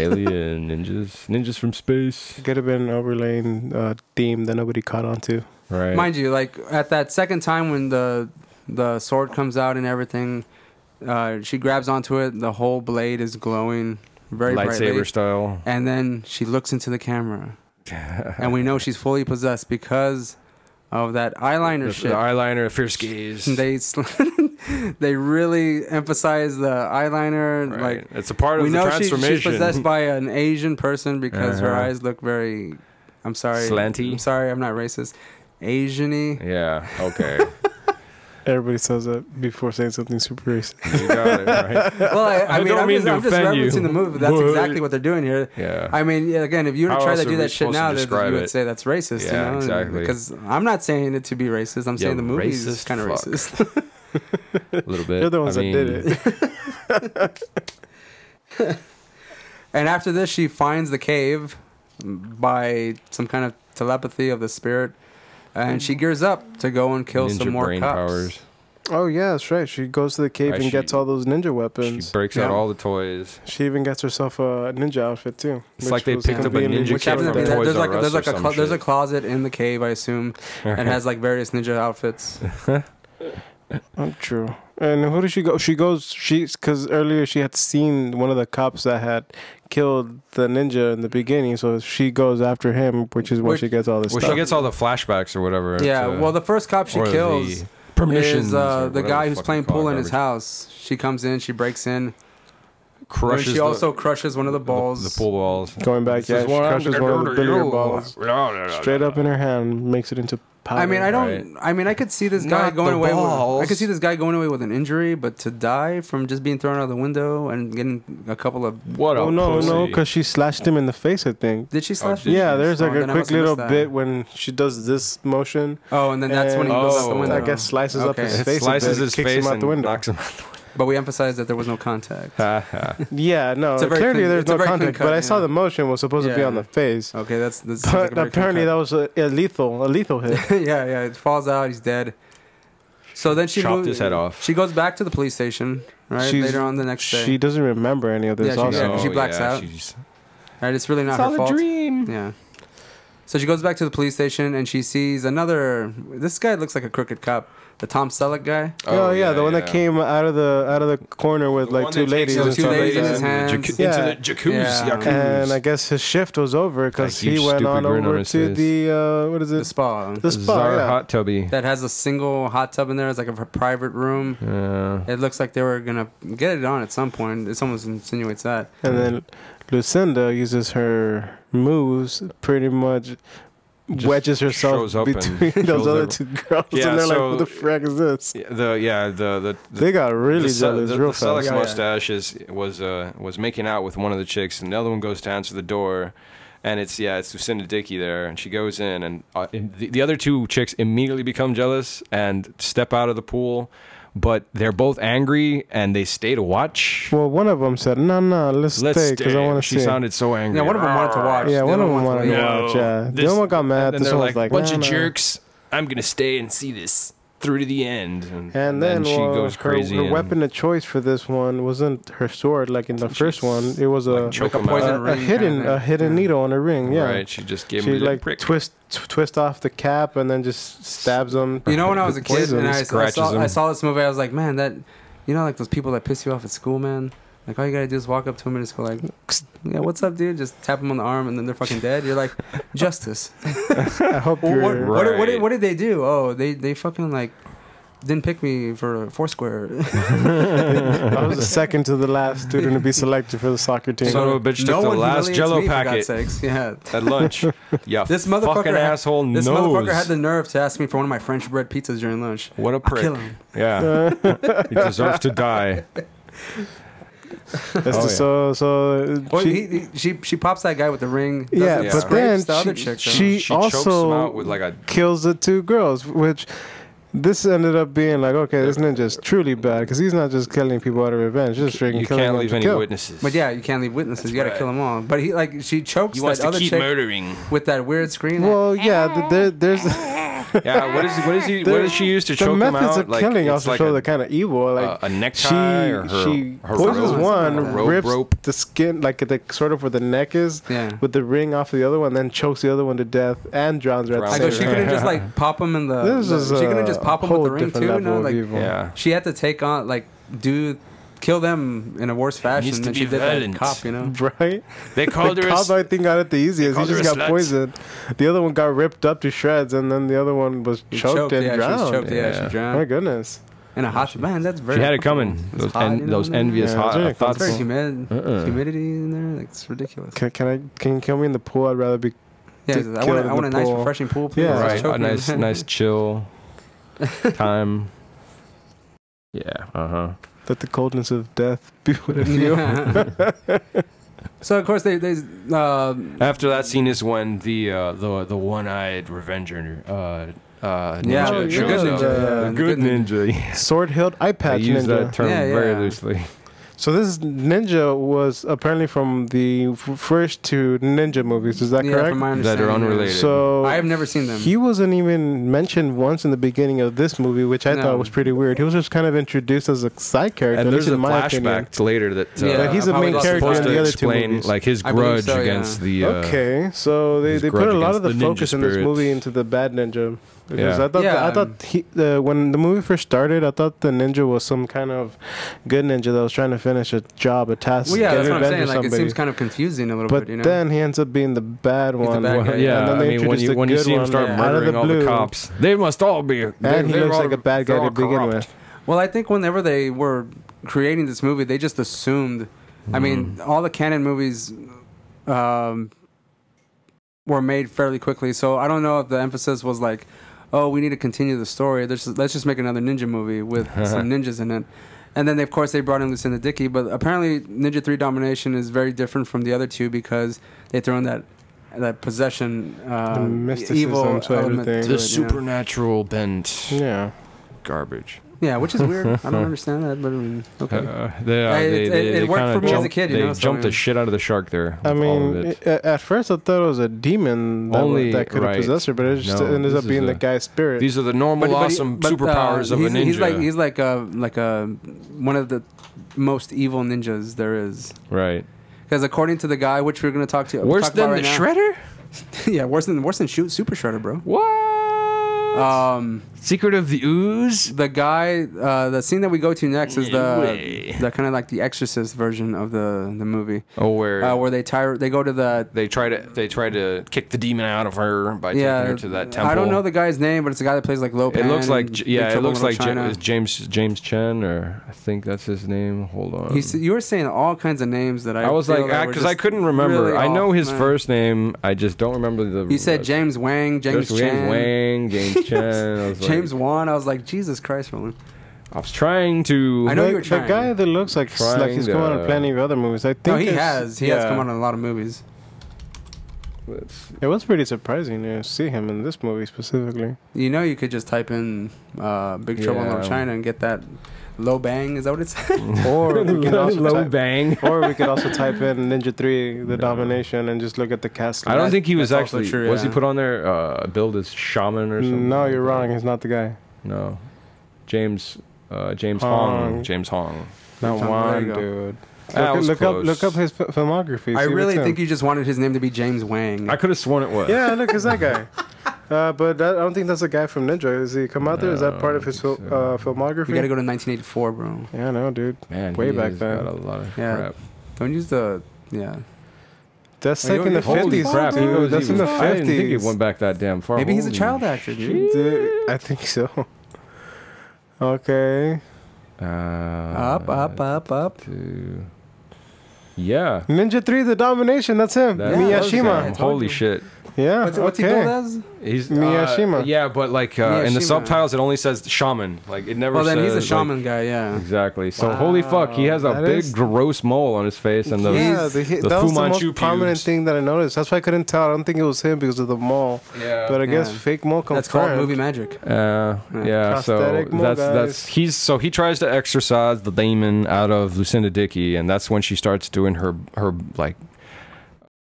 A: Alien ninjas. Ninjas from space.
C: could have been an overlaying uh, theme that nobody caught on to.
A: Right.
B: Mind you, like at that second time when the the sword comes out and everything, uh, she grabs onto it. The whole blade is glowing very
A: Lightsaber
B: brightly.
A: style.
B: And then she looks into the camera, and we know she's fully possessed because of that eyeliner
A: the,
B: shit.
A: the eyeliner, fierce gaze.
B: they sl- they really emphasize the eyeliner.
A: Right.
B: Like
A: it's a part of
B: we
A: the
B: know she, she's
A: transformation.
B: possessed by an Asian person because her
A: Uh-huh.
B: eyes look very. I'm sorry.
A: Slanty?
B: I'm sorry. I'm not racist. Asiany.
A: yeah. Okay.
C: Everybody says that before saying something super racist.
A: you got it. Right.
B: Well, I, I
A: I
B: mean,
A: don't
B: I'm
A: mean
B: just,
A: to
B: I'm just
A: offend you.
B: referencing the movie. but That's
A: But-
B: exactly what they're doing here.
A: Yeah.
B: I mean, yeah, again, if you were to
A: How
B: try
A: else
B: to
A: are
B: do
A: we
B: that shit
A: supposed to
B: now, then
A: describe
B: you would
A: it?
B: say that's racist. you
A: Yeah,
B: know? and-
A: exactly.
B: Because I'm not saying it to be racist. I'm
A: Yeah,
B: saying the movie is
A: racist
B: kind of
A: fuck.
B: racist.
A: a little bit.
C: They're the ones
A: I
C: that
A: mean,
C: did it.
B: and after this, she finds the cave by some kind of telepathy of the spirit, and
A: Mm.
B: she gears up to go and kill
A: ninja
B: some more
A: brain
B: cops.
A: powers.
C: Oh yeah, that's right. She goes to the cave
A: Right,
C: and
A: she-
C: gets all those ninja
A: She
C: weapons.
A: breaks out
B: Yeah.
A: all the toys.
C: She even gets herself a ninja outfit too.
A: It's
C: which
A: like they
C: was
A: picked up a
C: conveniently
A: ninja
B: Which
A: Kid
B: happens to
A: from
B: be that
A: Toys
B: there's
A: R
B: like
A: Us
B: there's
A: or
B: like a
A: some
B: clo- there's a
A: shit.
B: closet in the cave, I assume, and has like various ninja outfits.
C: Oh, true. And who does she go? She goes. She's because earlier she had seen one of the cops that had killed the ninja in the beginning. So she goes after him, which is where
B: Which-
C: she gets all this
A: Well,
C: stuff.
A: she gets all the flashbacks or whatever.
B: Yeah.
A: to-
B: Well, the first cop she
A: or the
B: kills.
A: premonitions
B: is uh,
A: or
B: the
A: whatever
B: guy
A: the
B: who's
A: fuck
B: playing
A: they call
B: pool
A: it,
B: in his
A: garbage.
B: house. She comes in, she breaks in, and
A: Crushes
B: she
A: the-
B: also crushes one of the
A: the-
B: balls.
A: The, pool balls.
C: Going back,
A: This
C: yeah,
A: is
C: she
A: what I'm
C: crushes
A: gonna
C: one of the
A: do to
C: billiard
A: you.
C: balls straight up in her hand, makes it into powder.
B: I mean, I don't. I mean, I could see this guy
A: Not
B: going
A: the
B: away. With, I
A: balls.
B: could see this guy going away with an injury, but to die from just being thrown out the window and getting a couple of
A: What
C: Oh
A: a
C: no,
A: pussy.
C: no, because she slashed him in the face. I think.
B: did she slash?
A: did
B: him?
C: Yeah, there's
B: Oh,
C: like a
B: then I
C: quick
B: must've
C: little
B: missed that.
C: bit when she does this motion.
B: Oh, and then that's when he
A: And-
B: goes out the
A: oh,
B: window.
C: I guess slices up
B: Okay.
C: his
A: It
C: face.
A: slices his
C: kicks
A: face
C: him out
A: and
C: the window.
A: knocks him out.
B: But we emphasized that there was no
A: Oh,
B: contact.
A: the
C: Yeah, no.
B: It's a very
C: Clearly,
B: clean-
C: there's
B: it's a
C: no
B: very clean
C: contact.
B: cut,
C: but I saw
B: yeah.
C: the motion was supposed to be
B: Yeah.
C: on the face.
B: Okay, that's this. sounds
C: But
B: like a very
C: apparently, that
B: clear
C: was a, a lethal, a lethal hit.
B: cut. yeah, yeah, it falls out. He's dead. So then she
A: Chopped
B: moved-
A: his head off.
B: She goes back to the police station. Right
C: She's-
B: later on the next day.
C: she doesn't remember any of this.
B: Yeah, she-
C: also,
B: Oh, yeah, she blacks out.
A: she's-
B: Right, it's really not
A: It's all
B: her
A: a
B: fault.
A: dream.
B: Yeah. So she goes back to the police station and she sees another. This guy looks like a crooked cop, the Tom Selleck guy.
C: Oh, yeah, the one that came out of the out of the corner with
A: The
C: like
A: one
C: two
A: that takes
C: ladies
A: him
C: and
B: Two
C: stuff like
B: ladies in
C: that.
B: his hands.
A: Jacu-
C: Yeah.
A: Into the jacuzzi.
B: Yeah.
A: jacuzzi.
C: And I guess his shift was over
A: That
C: because he
A: huge
C: went
A: stupid
C: on
A: grin on
C: over
A: his
C: to
A: face.
C: the uh, what is
B: The
C: it?
B: spa
C: The spa.
A: Czar
C: yeah.
A: hot tubby.
B: that has a single hot tub in there. It's like a private room.
A: Yeah.
B: It looks like they were gonna get it on at some point. It almost insinuates that.
C: And then Lucinda uses her moves pretty much.
A: Just
C: wedges herself
A: shows up and
C: between those
A: shows
C: other
A: every-
C: two girls,
A: Yeah,
C: and they're like,
A: so-
C: "What the frack is this?"
A: Yeah, the yeah the the,
C: They got really
A: the, Sel-
C: jealous,
A: the,
C: real
A: the Selleck
C: fast.
B: Yeah, yeah.
A: mustache is was uh was making out with one of the chicks, and the other one goes to answer the door, and it's yeah it's Lucinda Dickey there, and she goes in, and uh, and the, the other two chicks immediately become jealous and step out of the pool, but they're both angry and they stay to watch.
C: Well, one of them said, "No, no, let's,
A: Let's
C: stay,"
A: stay
C: because I want to
A: She
C: see.
A: sounded so angry.
B: Yeah, one of them wanted to watch.
C: yeah,
B: The
C: one
B: other
C: of them
B: one's like,
C: wanted to
A: No.
C: watch. Yeah, the
A: This-
C: other one got mad.
A: And then
C: This
A: they're
C: one was
A: like,
C: like,
A: bunch
C: "Nah,
A: of
C: nah."
A: jerks. I'm gonna stay and see this through to the end. And,
C: And then,
A: she
C: well,
A: goes
C: her,
A: crazy.
C: Her
A: and
C: weapon of choice for this one wasn't her sword, like in the
A: She
C: first one. It was uh, a
A: like, choke
B: Like a
A: him out.
B: poison
C: a,
B: ring
C: a
B: kinda
C: hidden
B: thing.
C: a hidden
B: Yeah.
C: needle on a ring. Yeah,
A: Right. She just gave
C: she
A: him a
C: like
A: like, prick.
C: twist t- twist off the cap and then just stabs him.
B: You know, when I was a kid
C: Poison
B: and I, I
A: scratches
B: saw, I
A: him.
B: saw this movie, I was like, man, that, you know, like those people that piss you off at school, man. Like all you gotta do is walk up to them and just go like, yeah, what's up, dude? Just tap them on the arm and then they're fucking dead. You're like, justice.
C: I hope
B: Well,
C: you're.
B: what, what, did- what, did,
A: Right.
B: what did they do? Oh, they they fucking like didn't pick me for Foursquare.
C: I was the second to the last student to be selected for the soccer team.
A: Son of a bitch took
B: No
A: the
B: one
A: last
B: humiliates
A: Jell-O
B: me, for God's
A: packet.
B: sakes. Yeah,
A: at lunch. Yeah,
B: This motherfucker
A: fucking
B: had-
A: asshole
B: this
A: knows.
B: motherfucker had the nerve to ask me for one of my French bread pizzas during lunch.
A: what a
B: I'll kill
A: prick.
B: him.
A: Yeah, he deserves to die.
C: That's
A: Oh,
C: the-
A: yeah.
C: So so
B: Well,
C: she-
B: he, he, she she pops that guy with the ring.
C: yeah,
B: doesn't
A: Yeah.
C: but
B: scrape
C: then
B: the other
C: she-
B: chick. though.
C: she,
A: She chokes him
C: also
A: out with like a
C: kills the two girls, which this ended up being like, okay, this ninja's truly bad because he's not just killing people out of revenge, just freaking
A: you
C: killing
A: can't
C: them
A: leave
C: to
A: any
C: kill.
A: witnesses.
B: But yeah, you can't leave witnesses.
A: That's
B: you gotta
A: right.
B: kill them all. But he like she chokes
A: he
B: that
A: wants to
B: other
A: keep
B: chick
A: murdering.
B: with that weird screen. like,
C: Well, yeah, th- there, there's
A: Yeah, what is what is he?
C: There-
A: What does she use to
C: the
A: choke him
C: methods
A: out?
C: of killing
A: it's
C: also
A: like
C: show
A: a,
C: the kind of evil. Like
A: a, a
C: she
A: necktie or her,
C: she
A: her
C: poisons
A: robe,
C: one,
A: her robe,
C: rips
A: rope.
C: the skin like the sort of where the neck is
B: yeah.
C: with the ring off of the other one, then chokes the other one to death and drowns her at the
B: I
A: Drowns
B: go. She
C: same
A: her.
C: time.
B: couldn't just like pop him in the.
C: This
B: the-
C: is
B: she couldn't
C: a
B: just pop him with
C: whole
B: the ring
C: different
B: too.
C: level
B: No,
C: of
B: like
C: evil.
A: Yeah,
B: she had to take on like do kill them in a worse fashion
A: needs to
B: than
A: be
B: she did that
A: violent.
B: cop. You know.
C: right.
A: they called
C: The
A: her. a s-
C: cop, I think, got it the easiest. He
A: called her
C: just
A: a
C: got
A: slut.
C: poisoned. The other one got ripped up to shreds, and then the other one was
B: She
C: choked, and
B: yeah, She was
C: drowned.
B: choked, yeah,
A: Yeah.
B: she
C: My
B: drowned.
C: goodness.
B: In a hot man, that's very.
A: She had it coming.
B: It's
A: Those,
B: hot,
A: en-
B: you know,
A: those
B: in there.
A: envious
C: Yeah,
A: hot
C: it's really
B: It's
A: thoughts.
B: very humid.
A: Uh-uh.
B: Humidity in there, like it's ridiculous.
C: Can, can I? Can you kill me in the pool? I'd rather be.
B: Yeah,
C: to
B: I
C: kill
B: want,
C: in
B: a- I want a
C: the
B: nice,
C: pool.
B: refreshing pool, please.
C: Yeah.
B: Just
A: right,
B: choke
A: a
B: me.
A: nice, nice chill time. Yeah. Uh huh.
C: Let the coldness of death be what I feel.
B: Yeah. so of course they they uh,
A: After that scene is when the uh, the the one-eyed revenger, uh, uh, ninja
B: yeah
C: Oh,
B: the
C: you're
A: shows
B: good
A: up.
B: ninja,
C: Uh,
B: yeah, the
A: Good
B: ninja.
A: ninja.
C: Sword hilt eye
A: I
C: patch
A: use
C: ninja.
A: that term
B: Yeah,
A: very
B: yeah.
A: loosely.
C: So this ninja was apparently from the f- first two ninja movies. Is that
B: yeah,
C: correct?
B: From my
A: That
B: understanding,
A: are
B: yeah.
A: unrelated.
C: so
B: I have never seen them.
C: He wasn't even mentioned once in the beginning of this movie, which I
B: No.
C: thought was pretty weird. He was just kind of introduced as a side character.
A: And
C: at least
A: there's a
C: in my opinion.
A: flashback later that uh,
B: Yeah,
C: like he's
B: I
C: the
B: probably
C: main
B: lost
C: character
A: supposed
B: the plot.
C: in the
A: to
C: other two
A: explain
C: movies.
A: like his
B: I believe
A: grudge
B: so, yeah.
A: against the. Uh,
C: okay, so they,
A: his
C: they put
A: grudge
C: a lot of the
A: against the ninja
C: focus in this
A: spirits.
C: movie into the bad ninja. Because
A: Yeah.
C: I thought
B: Yeah,
C: I
B: um,
C: thought he, uh, when the movie first started, I thought the ninja was some kind of good ninja that was trying to finish a job, a task,
B: well, yeah,
C: get
B: that's what I'm
C: revenge
B: saying.
C: on
B: Like it
C: somebody.
B: seems kind of confusing a little
C: but
B: bit, you know.
C: then he ends up being the bad
B: the
C: one.
B: bad
A: Well,
B: guy,
A: yeah,
B: yeah.
C: And then
A: I
C: they
A: mean, when
C: introduced
A: you,
C: the
A: when you
C: good
A: see him
C: one,
A: start
B: yeah. Out of
A: murdering
C: the
A: all the
C: blue.
A: cops, they must all be. they're-
C: and he
A: they're
C: looks
A: all-
C: like a bad guy
A: they're
C: to
A: all
C: begin
A: corrupt.
C: with.
B: Well, I think whenever they were creating this movie, they just assumed. I mean, all the canon movies um, were made fairly quickly, so I don't know if the emphasis was like, oh, we need to continue the story. Let's just, let's just make another ninja movie with some ninjas in it. And then, they, of course, they brought in Lucinda Dickey, but apparently, Ninja 3 Domination is very different from the other two because they throw in that that possession, uh,
C: The mysticism
B: evil
C: to
B: element to it,
C: everything. The
D: The
B: you know?
D: supernatural bent
C: Yeah.
D: garbage.
B: Yeah, which is weird. I don't understand that, but I mean, okay.
A: Uh, they, uh,
B: Uh, it-
A: they,
B: it-
A: they-
B: it
A: they
B: worked
A: kinda
B: for me as a
A: jumped-
B: kid, you
A: they
B: know, so
A: jumped
B: I mean-
A: the shit out of the shark there.
C: I
A: with all of
C: mean,
A: it.
C: i- at first I thought it was a demon that,
A: Only-
C: that could have
A: right.
C: possessed her, but it just
A: No,
C: ended
A: this
C: up
A: is
C: being
A: a-
C: the guy's spirit.
D: These are the normal, awesome
B: but, uh,
D: superpowers of a
B: he's-
D: ninja.
B: He's like he's like uh like a one of the most evil ninjas there is.
A: right.
B: Because according to the guy, which we're gonna talk to,
D: Worse
B: talk
D: than the
B: about right
D: Shredder?
B: now- yeah, worse than worse than shoot Super Shredder, bro.
D: What?
B: Um,
D: Secret of the Ooze?
B: the guy, uh, the scene that we go to next is the
D: Anyway.
B: the kind of like the Exorcist version of the the movie,
D: Oh, where
B: uh, where they tire they go to the
D: they try to they try to kick the demon out of her by
B: yeah
D: taking her to that temple.
B: I don't know the guy's name, but it's the guy that plays like Lopan.
A: It looks like
B: and
A: J-
B: Big
A: yeah, it
B: Trouble in
A: looks
B: Little
A: like J-
B: China.
A: is James James Chen or I think that's his name. Hold on.
B: He's, you were saying all kinds of names that I
A: I was
B: feel
A: like,
B: that were
A: because I
B: just
A: couldn't remember.
B: really
A: I know
B: off,
A: his
B: man.
A: first name. I just don't remember the.
B: You said
A: uh,
B: James Wang, James
A: there's
B: Chan,
A: Wang, James Chen. I was like-
B: James Wan. I was like, Jesus Christ, Roland.
A: I was trying to.
B: I know
C: the,
B: you were
C: the
B: trying.
C: guy that looks like s- like he's
A: Trying
C: going
A: to-
C: on plenty of other movies. I think
B: No, he
C: it's-
B: has. He has
C: yeah.
B: come out in a lot of movies.
A: Let's-
C: It was pretty surprising to see him in this movie specifically.
B: You know, you could just type in uh, "Big Trouble in Little
A: Yeah.
B: China" and get that low bang. Is that what it's?
C: Or we can also
A: Low
C: type,
A: bang.
C: or we could also type in Ninja Three: The Domination and just look at the cast.
A: I don't
C: list.
A: think he was
B: That's also
A: actually.
B: true,
A: was he
B: yeah.
A: put on there? Uh, billed as shaman or something?
C: Mm, No, you're wrong. He's not the guy.
A: No, James. Uh, James Hong.
C: Hong.
A: James Hong.
C: Not
B: There
C: one,
B: you go.
C: dude.
A: Ah, I
C: Look,
A: was
C: look up,
A: close.
C: look up his f- filmography.
B: I
C: see if
B: really
C: it's him.
B: think you just wanted his name to be James Wang.
A: I could have sworn it was.
C: Yeah, look, it's that guy. Uh, but that, I don't think that's a guy from Ninja. Is he come out there? Is
A: No,
C: that part of
A: I
C: his fil-
A: don't think
C: uh, filmography?
B: you got to go to 1984, bro.
C: yeah, no, dude.
A: Man,
C: Way
A: he
C: back
A: has
C: then.
A: Got a lot of
B: Yeah.
A: crap.
B: Don't use the yeah.
C: That's
B: Are you
C: like in the
B: okay? Holy
C: fifties,
B: crap, he
C: dude.
B: was
C: That's in
B: even-
C: the
A: I didn't think it
C: fifties.
A: went back that damn far.
B: Maybe he's a
A: Holy
B: child actor, dude.
C: I think so. Okay,
A: Uh,
B: Up, up, up, up.
A: To, yeah.
C: Ninja Three: The Domination. That's him,
A: That was
C: Miyashima.
A: him.
B: told
A: Holy
B: you.
A: shit.
C: Yeah.
B: What's, what's he
C: okay.
B: billed as?
A: He's Uh,
C: Miyashima.
A: yeah, but like uh, in the
B: Miyashima.
A: subtitles, it only says shaman. Like it never.
B: Well, Oh, then he's a
A: says, like-
B: shaman guy. Yeah.
A: exactly. So holy fuck, he has a
C: That
A: big
C: is-
A: gross mole on his face and the
C: yeah, the,
A: the Fu
C: that was the most
A: Manchu
C: prominent
A: pubes.
C: thing that I noticed. That's why I couldn't tell. I don't think it was him because of the mole.
A: Yeah.
C: But I guess
B: Yeah.
C: fake mole confirmed.
B: Oh, That's called movie magic.
A: Uh, yeah, so
C: Prosthetic mole,
A: that's that's
C: guys.
A: he's so he tries to exorcise the demon out of Lucinda Dickey, and that's when she starts doing her her like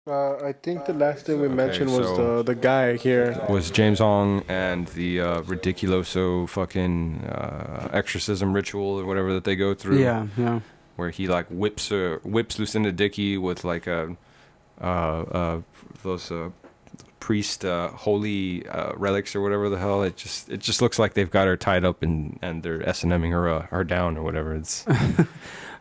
C: Uh, I think the last thing we mentioned was
A: so-
C: the the guy here.
A: was James Hong and the uh, ridiculoso fucking uh, exorcism ritual or whatever that they go through.
B: Yeah, yeah.
A: where he like whips her, whips Lucinda Dickey with like a uh, uh, those uh, priest uh, holy uh, relics or whatever the hell. It just it just looks like they've got her tied up and and they're s and ming her uh, her down or whatever. It's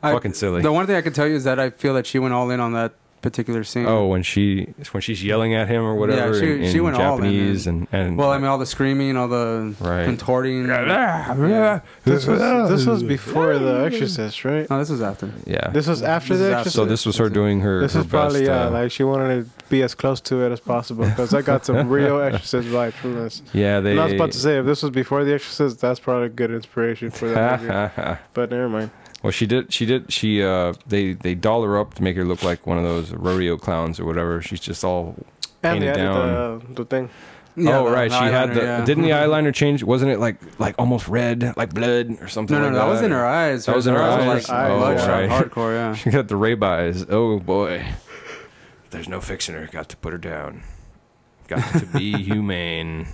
B: I-
A: fucking silly.
B: The one thing I can tell you is that I feel that she went all in on that particular scene.
A: Oh, when she when she's yelling at him or whatever
B: she-
A: in, in
B: she went all in,
A: Japanese and and
B: Well, I mean, all the screaming, all the
A: Right.
B: contorting.
A: yeah,
C: This was this was before The Exorcist, right?
B: No, this was after.
C: This
B: This is
C: was after The
B: after.
C: Exorcist.
A: so this was her doing her.
C: This
A: her
C: is probably
A: best,
C: yeah.
A: uh,
C: like she wanted to be as close to it as possible because I got some real Exorcist vibes from this.
A: yeah. They.
C: and I was about to say if this was before The Exorcist, that's probably a good inspiration for that movie. But never mind.
A: Well, she did. She did. She uh, they they doll her up to make her look like one of those rodeo clowns or whatever. She's just all.
C: And they
A: Painted
C: added
A: down.
C: the, the thing.
B: Yeah,
A: oh
B: the-
A: right,
B: the
A: she had
B: eyeliner,
A: the.
B: yeah.
A: Didn't the eyeliner change? Wasn't it like like almost red, like blood or something?
B: No, no,
A: like
B: no. That was in her eyes.
A: That was in her
B: eyes.
C: eyes.
B: Like,
C: Oh,
B: bloodshot,
A: right.
B: hardcore. Yeah.
A: She got the raybyes. Oh boy, there's no fixing her. Got to put her down. Got to be humane.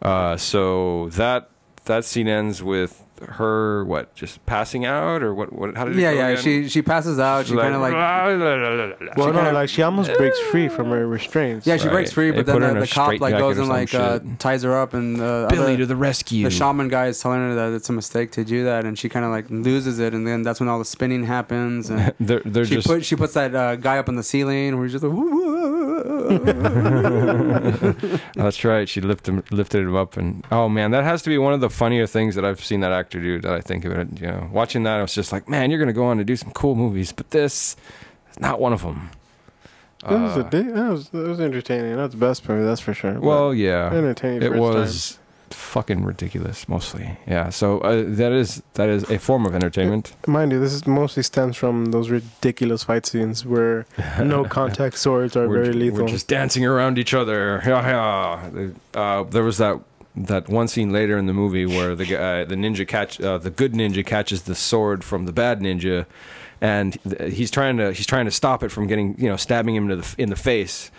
A: Uh, so that that scene ends with her what just passing out or what? What? How did it
B: Yeah,
A: go
B: yeah.
A: again?
B: She she passes out.
A: She's "Ah,
B: she kind of like.
C: Well, no,
B: kinda-
C: like she almost breaks free from her restraints.
B: Yeah, she breaks
A: Right.
B: free,
A: They
B: but
A: put her in
B: then the,
A: a
B: the cop like
A: straitjacket
B: goes
A: or
B: and
A: some
B: like uh,
A: shit.
B: ties her up, and the
D: Billy
B: other,
D: to the rescue.
B: the shaman guy is telling her that it's a mistake to do that, and she kind of like loses it, and then that's when all the spinning happens, and
A: they're they're
B: she
A: just
B: put she puts that uh, guy up on the ceiling, and we're just like.
A: That's right. She lifted him, lifted him up, and oh man, that has to be one of the funnier things that I've seen that actor do. That I think of it, you know, watching that, I was just like, man, you're gonna go on to do some cool movies, but this is not one of Uh, them.
C: That was, a, di- that, was, that was entertaining. Not the best movie, that's for sure. but
A: well, yeah,
C: entertaining.
A: it
C: first time.
A: was. fucking ridiculous mostly. Yeah. So uh, that is that is a form of entertainment.
C: Mind you, this is mostly stems from those ridiculous fight scenes where no contact swords are
A: we're,
C: very
A: ju-
C: lethal.
A: We're just dancing around each other. Yeah, yeah. Uh, there was that that one scene later in the movie where the guy, the ninja catch, uh, the good ninja catches the sword from the bad ninja, and th- he's trying to he's trying to stop it from getting you know stabbing him to the, f- in the face.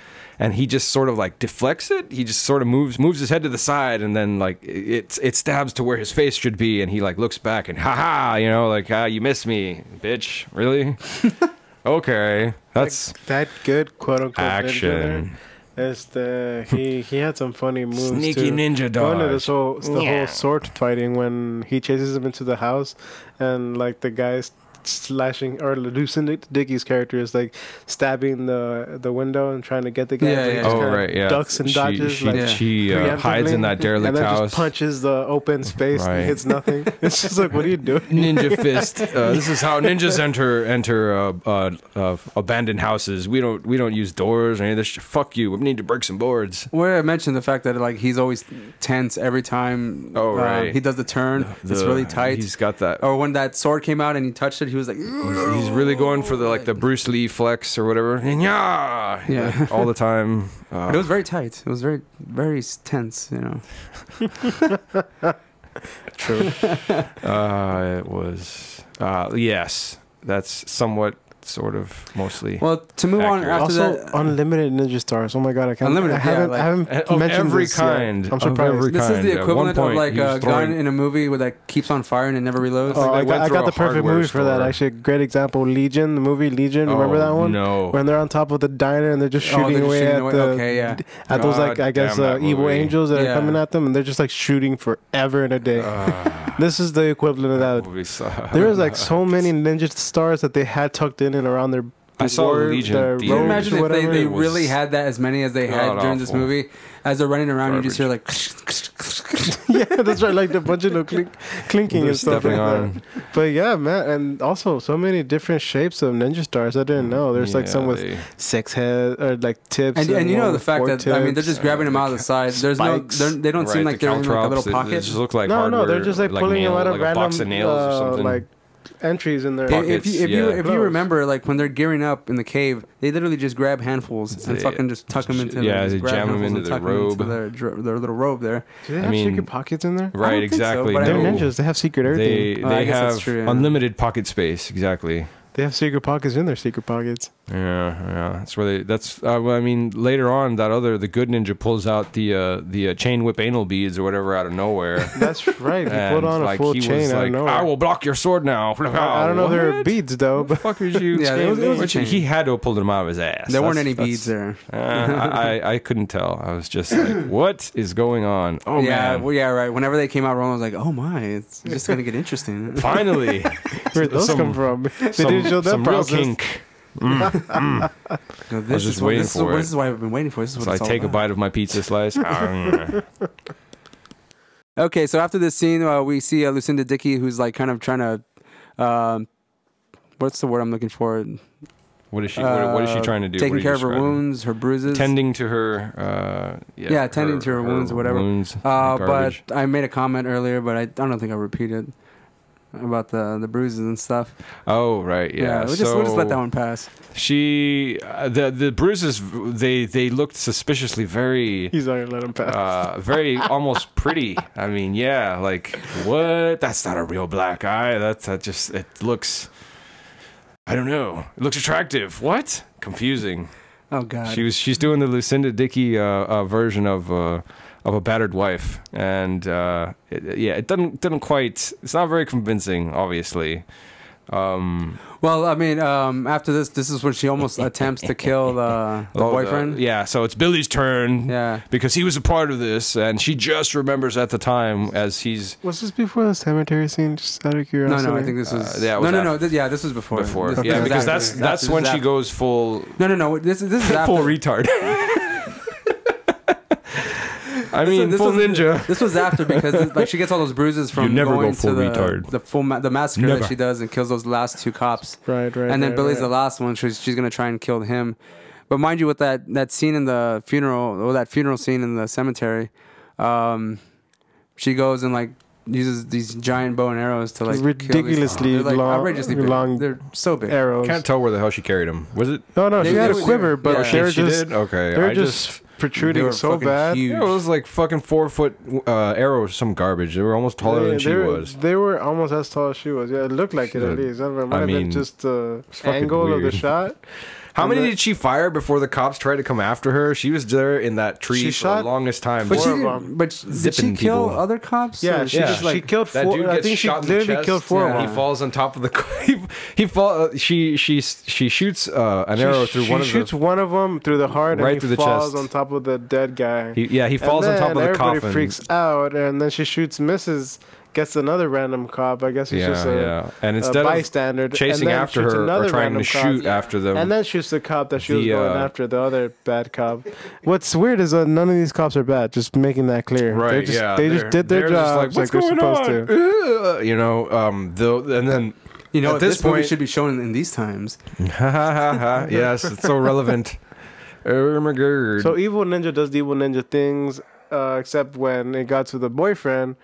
A: And he just sort of like deflects it. He just sort of moves moves his head to the side, and then like it it stabs to where his face should be. And he like looks back and ha ha, you know, like ah, you missed me, bitch. Really? okay, that's
C: that good quote unquote ninja
A: action.
C: there is the he he had some funny moves. too.
A: ninja
C: One of this whole the whole sword fighting when he chases him into the house, and like the guys slashing or Lucinda Dickey's character is like stabbing the the window and trying to get the guy.
B: Yeah,
C: but he
B: yeah,
C: just
A: Oh
C: kinda
A: right, yeah.
C: Ducks and
A: She-
C: dodges.
A: She,
C: like,
B: Yeah.
A: she uh, hides in
C: preemptively,
A: that derelict
C: and then
A: house.
C: Just punches the open space
A: Right.
C: and hits nothing. It's just like, what are you doing?
A: Ninja fist. Uh, this is how ninjas enter enter uh, uh, uh, abandoned houses. We don't we don't use doors or any of this. Shit. Fuck you. We need to break some boards.
B: Where I mentioned the fact that like he's always tense every time
A: Oh,
B: uh,
A: right.
B: he does the turn. it's
A: The-
B: really tight.
A: He's got that. Oh,
B: or when that sword came out and he touched it, he was like,
A: He's really going for the like the Bruce Lee flex or whatever. Yeah,
B: Yeah.
A: all the time. Uh,
B: But it was very tight. It was very, very s- tense. You know.
C: True.
A: uh, it was. Uh, yes, that's somewhat sort of mostly.
B: Well, to move on
A: Accurate.
B: after
C: also,
B: that, uh,
C: unlimited ninja stars. Oh my god, I can't.
B: Unlimited,
C: I
B: yeah,
C: haven't,
B: like-
C: I haven't
A: Uh, of
C: mentioned
A: every
C: this yet.
A: kind,
C: I'm
A: of
C: surprised.
A: every
B: this is
A: kind. At
B: the
A: one
B: equivalent of
A: point,
B: like
A: he was
B: a gun
A: throwing-
B: in a movie where that keeps on firing and never reloads.
C: Oh,
A: they
C: I
A: went
C: got, I
A: through
C: got
A: a
C: the perfect
A: hardware
C: movie for that.
A: store.
C: Actually, great example. Legion, the movie Legion. Remember
A: Oh,
C: that one?
A: No.
C: When they're on top of the diner and they're just shooting,
B: oh, they're
C: away,
B: shooting
C: at
B: away.
C: The,
B: okay, yeah.
C: at those like
A: God
C: I guess
A: damn
C: uh,
A: that
C: evil
A: movie.
C: angels that
B: Yeah.
C: are coming at them, and they're just like shooting forever in a day.
A: Ah,
C: this is the equivalent of
A: that
C: that.
A: movie sucked.
C: There was like so many ninja stars that they had tucked in and around their.
A: I saw
C: board,
A: Legion
C: their
A: theaters.
B: Can you
A: Roads,
B: imagine
C: robes,
B: if they,
C: whatever.
B: they
A: It was
B: really had that as many as they had
A: god
B: during this
A: awful.
B: movie? As they're running around, you just hear like,
C: yeah, that's right. Like the bunch of little clink, clinking
A: They're
C: and stuff like
A: stepping
C: that.
A: on.
C: But yeah, man, and also so many different shapes of ninja stars. I didn't know. There's like
A: Yeah,
C: some with
A: they-
C: six heads or like tips.
B: and, and you
C: one
B: know the
C: with
B: fact
C: four
B: that I mean they're
C: tips.
B: just grabbing them out of the side. There's no,
C: spikes.
B: they're- they don't
A: right,
B: seem like
A: the
B: they're in like a
A: caltrops,
B: little
A: they- They
B: pocket.
A: just look like
C: no,
A: hardware,
C: no, they're just like, pulling
A: nail,
C: a lot of
A: like
C: random
A: a box of nails
C: uh,
A: or something.
C: like entries in there.
B: If- if you if you
A: yeah.
B: if
C: Those.
B: you remember like when they're gearing up in the cave, they literally just grab handfuls and
A: They-
B: fucking just tuck them into
A: yeah,
B: just
A: they
B: grab
A: jam 'em
B: handfuls
A: into
B: and
A: their
B: tuck 'em into
A: robe.
B: their dr- their little robe there.
C: Do they
A: I
C: have
A: mean-
C: secret pockets in there?
A: right,
B: think so,
A: exactly.
B: but I
C: They're
B: No.
C: ninjas. They have secret
A: They
C: everything.
A: they
B: Oh, I guess that's
A: have
B: true, yeah.
A: unlimited pocket space. Exactly.
C: They have secret pockets in their secret pockets.
A: Yeah, yeah. That's where they. That's. Uh, well, I mean, later on, that other the good ninja pulls out the uh, the uh, chain whip anal beads or whatever out of nowhere.
C: That's right. They put
A: And,
C: on a
A: like,
C: full
A: he
C: chain.
A: was
C: I
A: like,
C: don't know.
A: I will block your sword now.
C: I I don't know if there are beads though,
A: The
C: but
A: fuck is you?
B: Yeah, it was- it was a
A: Which
B: chain.
A: he had to have pulled them out of his ass.
B: There weren't
A: That's-
B: any
A: that's-
B: beads there.
A: Uh, I, I I couldn't tell. I was just like, what is going on? Oh
B: yeah,
A: man!
B: well, yeah, right. Whenever they came out, Roland was like, "Oh my, it's just gonna get interesting."
A: Finally,
C: where those
A: Some-
C: come from? They
A: some,
C: didn't show that
A: some real
C: process.
A: kink. Mm,
B: No, this
A: was just
B: is what,
A: waiting
B: this, is,
A: for
B: what-
A: it.
B: this is why I've been waiting for. This is what
A: So I
B: it's all
A: take a
B: about.
A: bite of my pizza slice. Mm.
B: Okay, so after this scene, uh, we see uh, Lucinda Dickey, who's like kind of trying to, um, what's the word I'm looking for?
A: what is she? what, what is she
B: Uh,
A: trying to do? What are
B: Taking
A: you
B: care of her
A: describing?
B: wounds, her bruises.
A: tending to her. Uh, yeah,
B: Yeah, tending to her wounds or whatever.
A: Wounds,
B: uh,
A: garbage.
B: but I made a comment earlier, but I, I don't think I repeated about the the bruises and stuff.
A: oh right, yeah.
B: we'll just we'll just let
A: so-
B: that one pass.
A: She uh, the the bruises they they looked suspiciously very
C: He's not gonna let him pass.
A: uh very almost pretty. I mean, yeah, like what? That's not a real black eye. That's that just it looks I don't know. It looks attractive. What? Confusing.
B: Oh God.
A: She was she's doing the Lucinda Dickey uh, uh, version of uh, of a battered wife, and uh, it, yeah, it doesn't doesn't quite. It's not very convincing, obviously. Um,
B: well, I mean, um, after this, this is when she almost attempts to kill the, the
A: all
B: boyfriend.
A: Oh, uh, yeah. So it's Billy's turn.
B: Yeah.
A: Because he was a part of this, and she just remembers at the time as he's
C: Was this before the cemetery scene? Just out of
B: No,
C: curiosity.
B: no, I think this was.
A: Uh, yeah, it was
B: no, no,
A: after-
B: no. This, yeah, this was before.
A: before.
B: This-
A: Yeah,
B: this was
A: because
B: after.
A: that's
B: This
A: that's
B: was
A: when she
B: after.
A: goes full
B: No, no, no. This is this is after.
A: full retard. I
B: This-
A: mean,
B: this
A: full
B: was-
A: ninja.
B: This was after because it- like she gets all those bruises from
A: You never go
B: going
A: full
B: to the,
A: retard.
B: the full ma- the massacre
A: Never.
B: that she does and kills those last two cops.
C: Right, right.
B: and then
C: right,
B: Billy's
C: right.
B: the last one. She's she's gonna try and kill him. But mind you, with that that scene in the funeral or that funeral scene in the cemetery, um, she goes and like uses these giant bow and arrows to like kill these-
C: Ridiculously
B: they're, like,
C: long-
B: outrageously big.
C: long
B: They're so big.
C: Arrows.
A: Can't tell where the hell she carried him. Was it?
C: no, no,
B: They-
C: she had
B: they
C: a
B: were-
C: quiver, but
B: yeah.
C: they're
A: she
C: just
A: did. Okay,
C: they're
A: I
C: just,
B: They
C: protruding
B: were
C: so
B: fucking
C: bad.
B: huge.
A: Yeah, it was like fucking four foot uh, arrows, some garbage. They were almost taller
C: they,
A: than she
C: they were-
A: was.
C: They were almost as tall as she was. Yeah, it looked like it at
A: Shit.
C: least. I don't know, it might
A: I
C: have been
A: mean,
C: just the
A: fucking
C: angle of the
A: weird.
C: shot.
A: How
C: And
A: many
C: the-
A: did she fire before the cops tried to come after her? She was there in that tree
C: She
A: for
C: shot-
A: the longest time.
B: But she
C: Four of
B: did,
C: them.
B: but sh- did she
A: Zipping
B: kill
A: people.
B: other cops?
C: Yeah,
B: Or
C: she,
A: Yeah.
C: just like, she killed
A: that dude
C: four. I
A: gets
C: think she
A: shot in the
C: literally
A: chest.
C: killed four
B: Yeah.
C: of
A: He
C: them.
A: falls on top of the. He, he fall. uh, She she she shoots uh, an
C: She-
A: arrow through
C: she
A: one of
C: shoots
A: the.
C: one of them through the heart
A: Right
C: and
A: through
C: he
A: the
C: falls
A: chest.
C: on top of the dead guy.
A: He, yeah, he falls on
C: And
A: top of
C: then
A: the
C: everybody
A: coffin.
C: freaks out, and then she shoots Mrs. Gets another random cop. I guess it's
A: yeah,
C: just a,
A: yeah. And
C: a
A: instead of
C: bystander and
A: chasing
C: then
A: after
C: shoots
A: her
C: another
A: or trying
C: random
A: to
C: cop.
A: shoot after them,
C: And then shoots the cop that she was
A: The,
C: going
A: uh,
C: after, the other bad cop. What's weird is that none of these cops are bad. Just making that clear. They
A: Right.
C: just,
A: yeah.
C: They just
A: they're-
C: did their
A: they're just
C: jobs like,
A: What's
C: they're
A: going
C: supposed
A: on?
C: to.
A: Ugh, You know. Um. Though. And then.
B: You know,
A: At
B: what, this,
A: this
B: movie
A: point-
B: should be shown in these times.
A: Ha ha ha ha. Yes, it's so relevant. Oh my god.
C: So evil ninja does the evil ninja things, uh, except when it got to the boyfriend,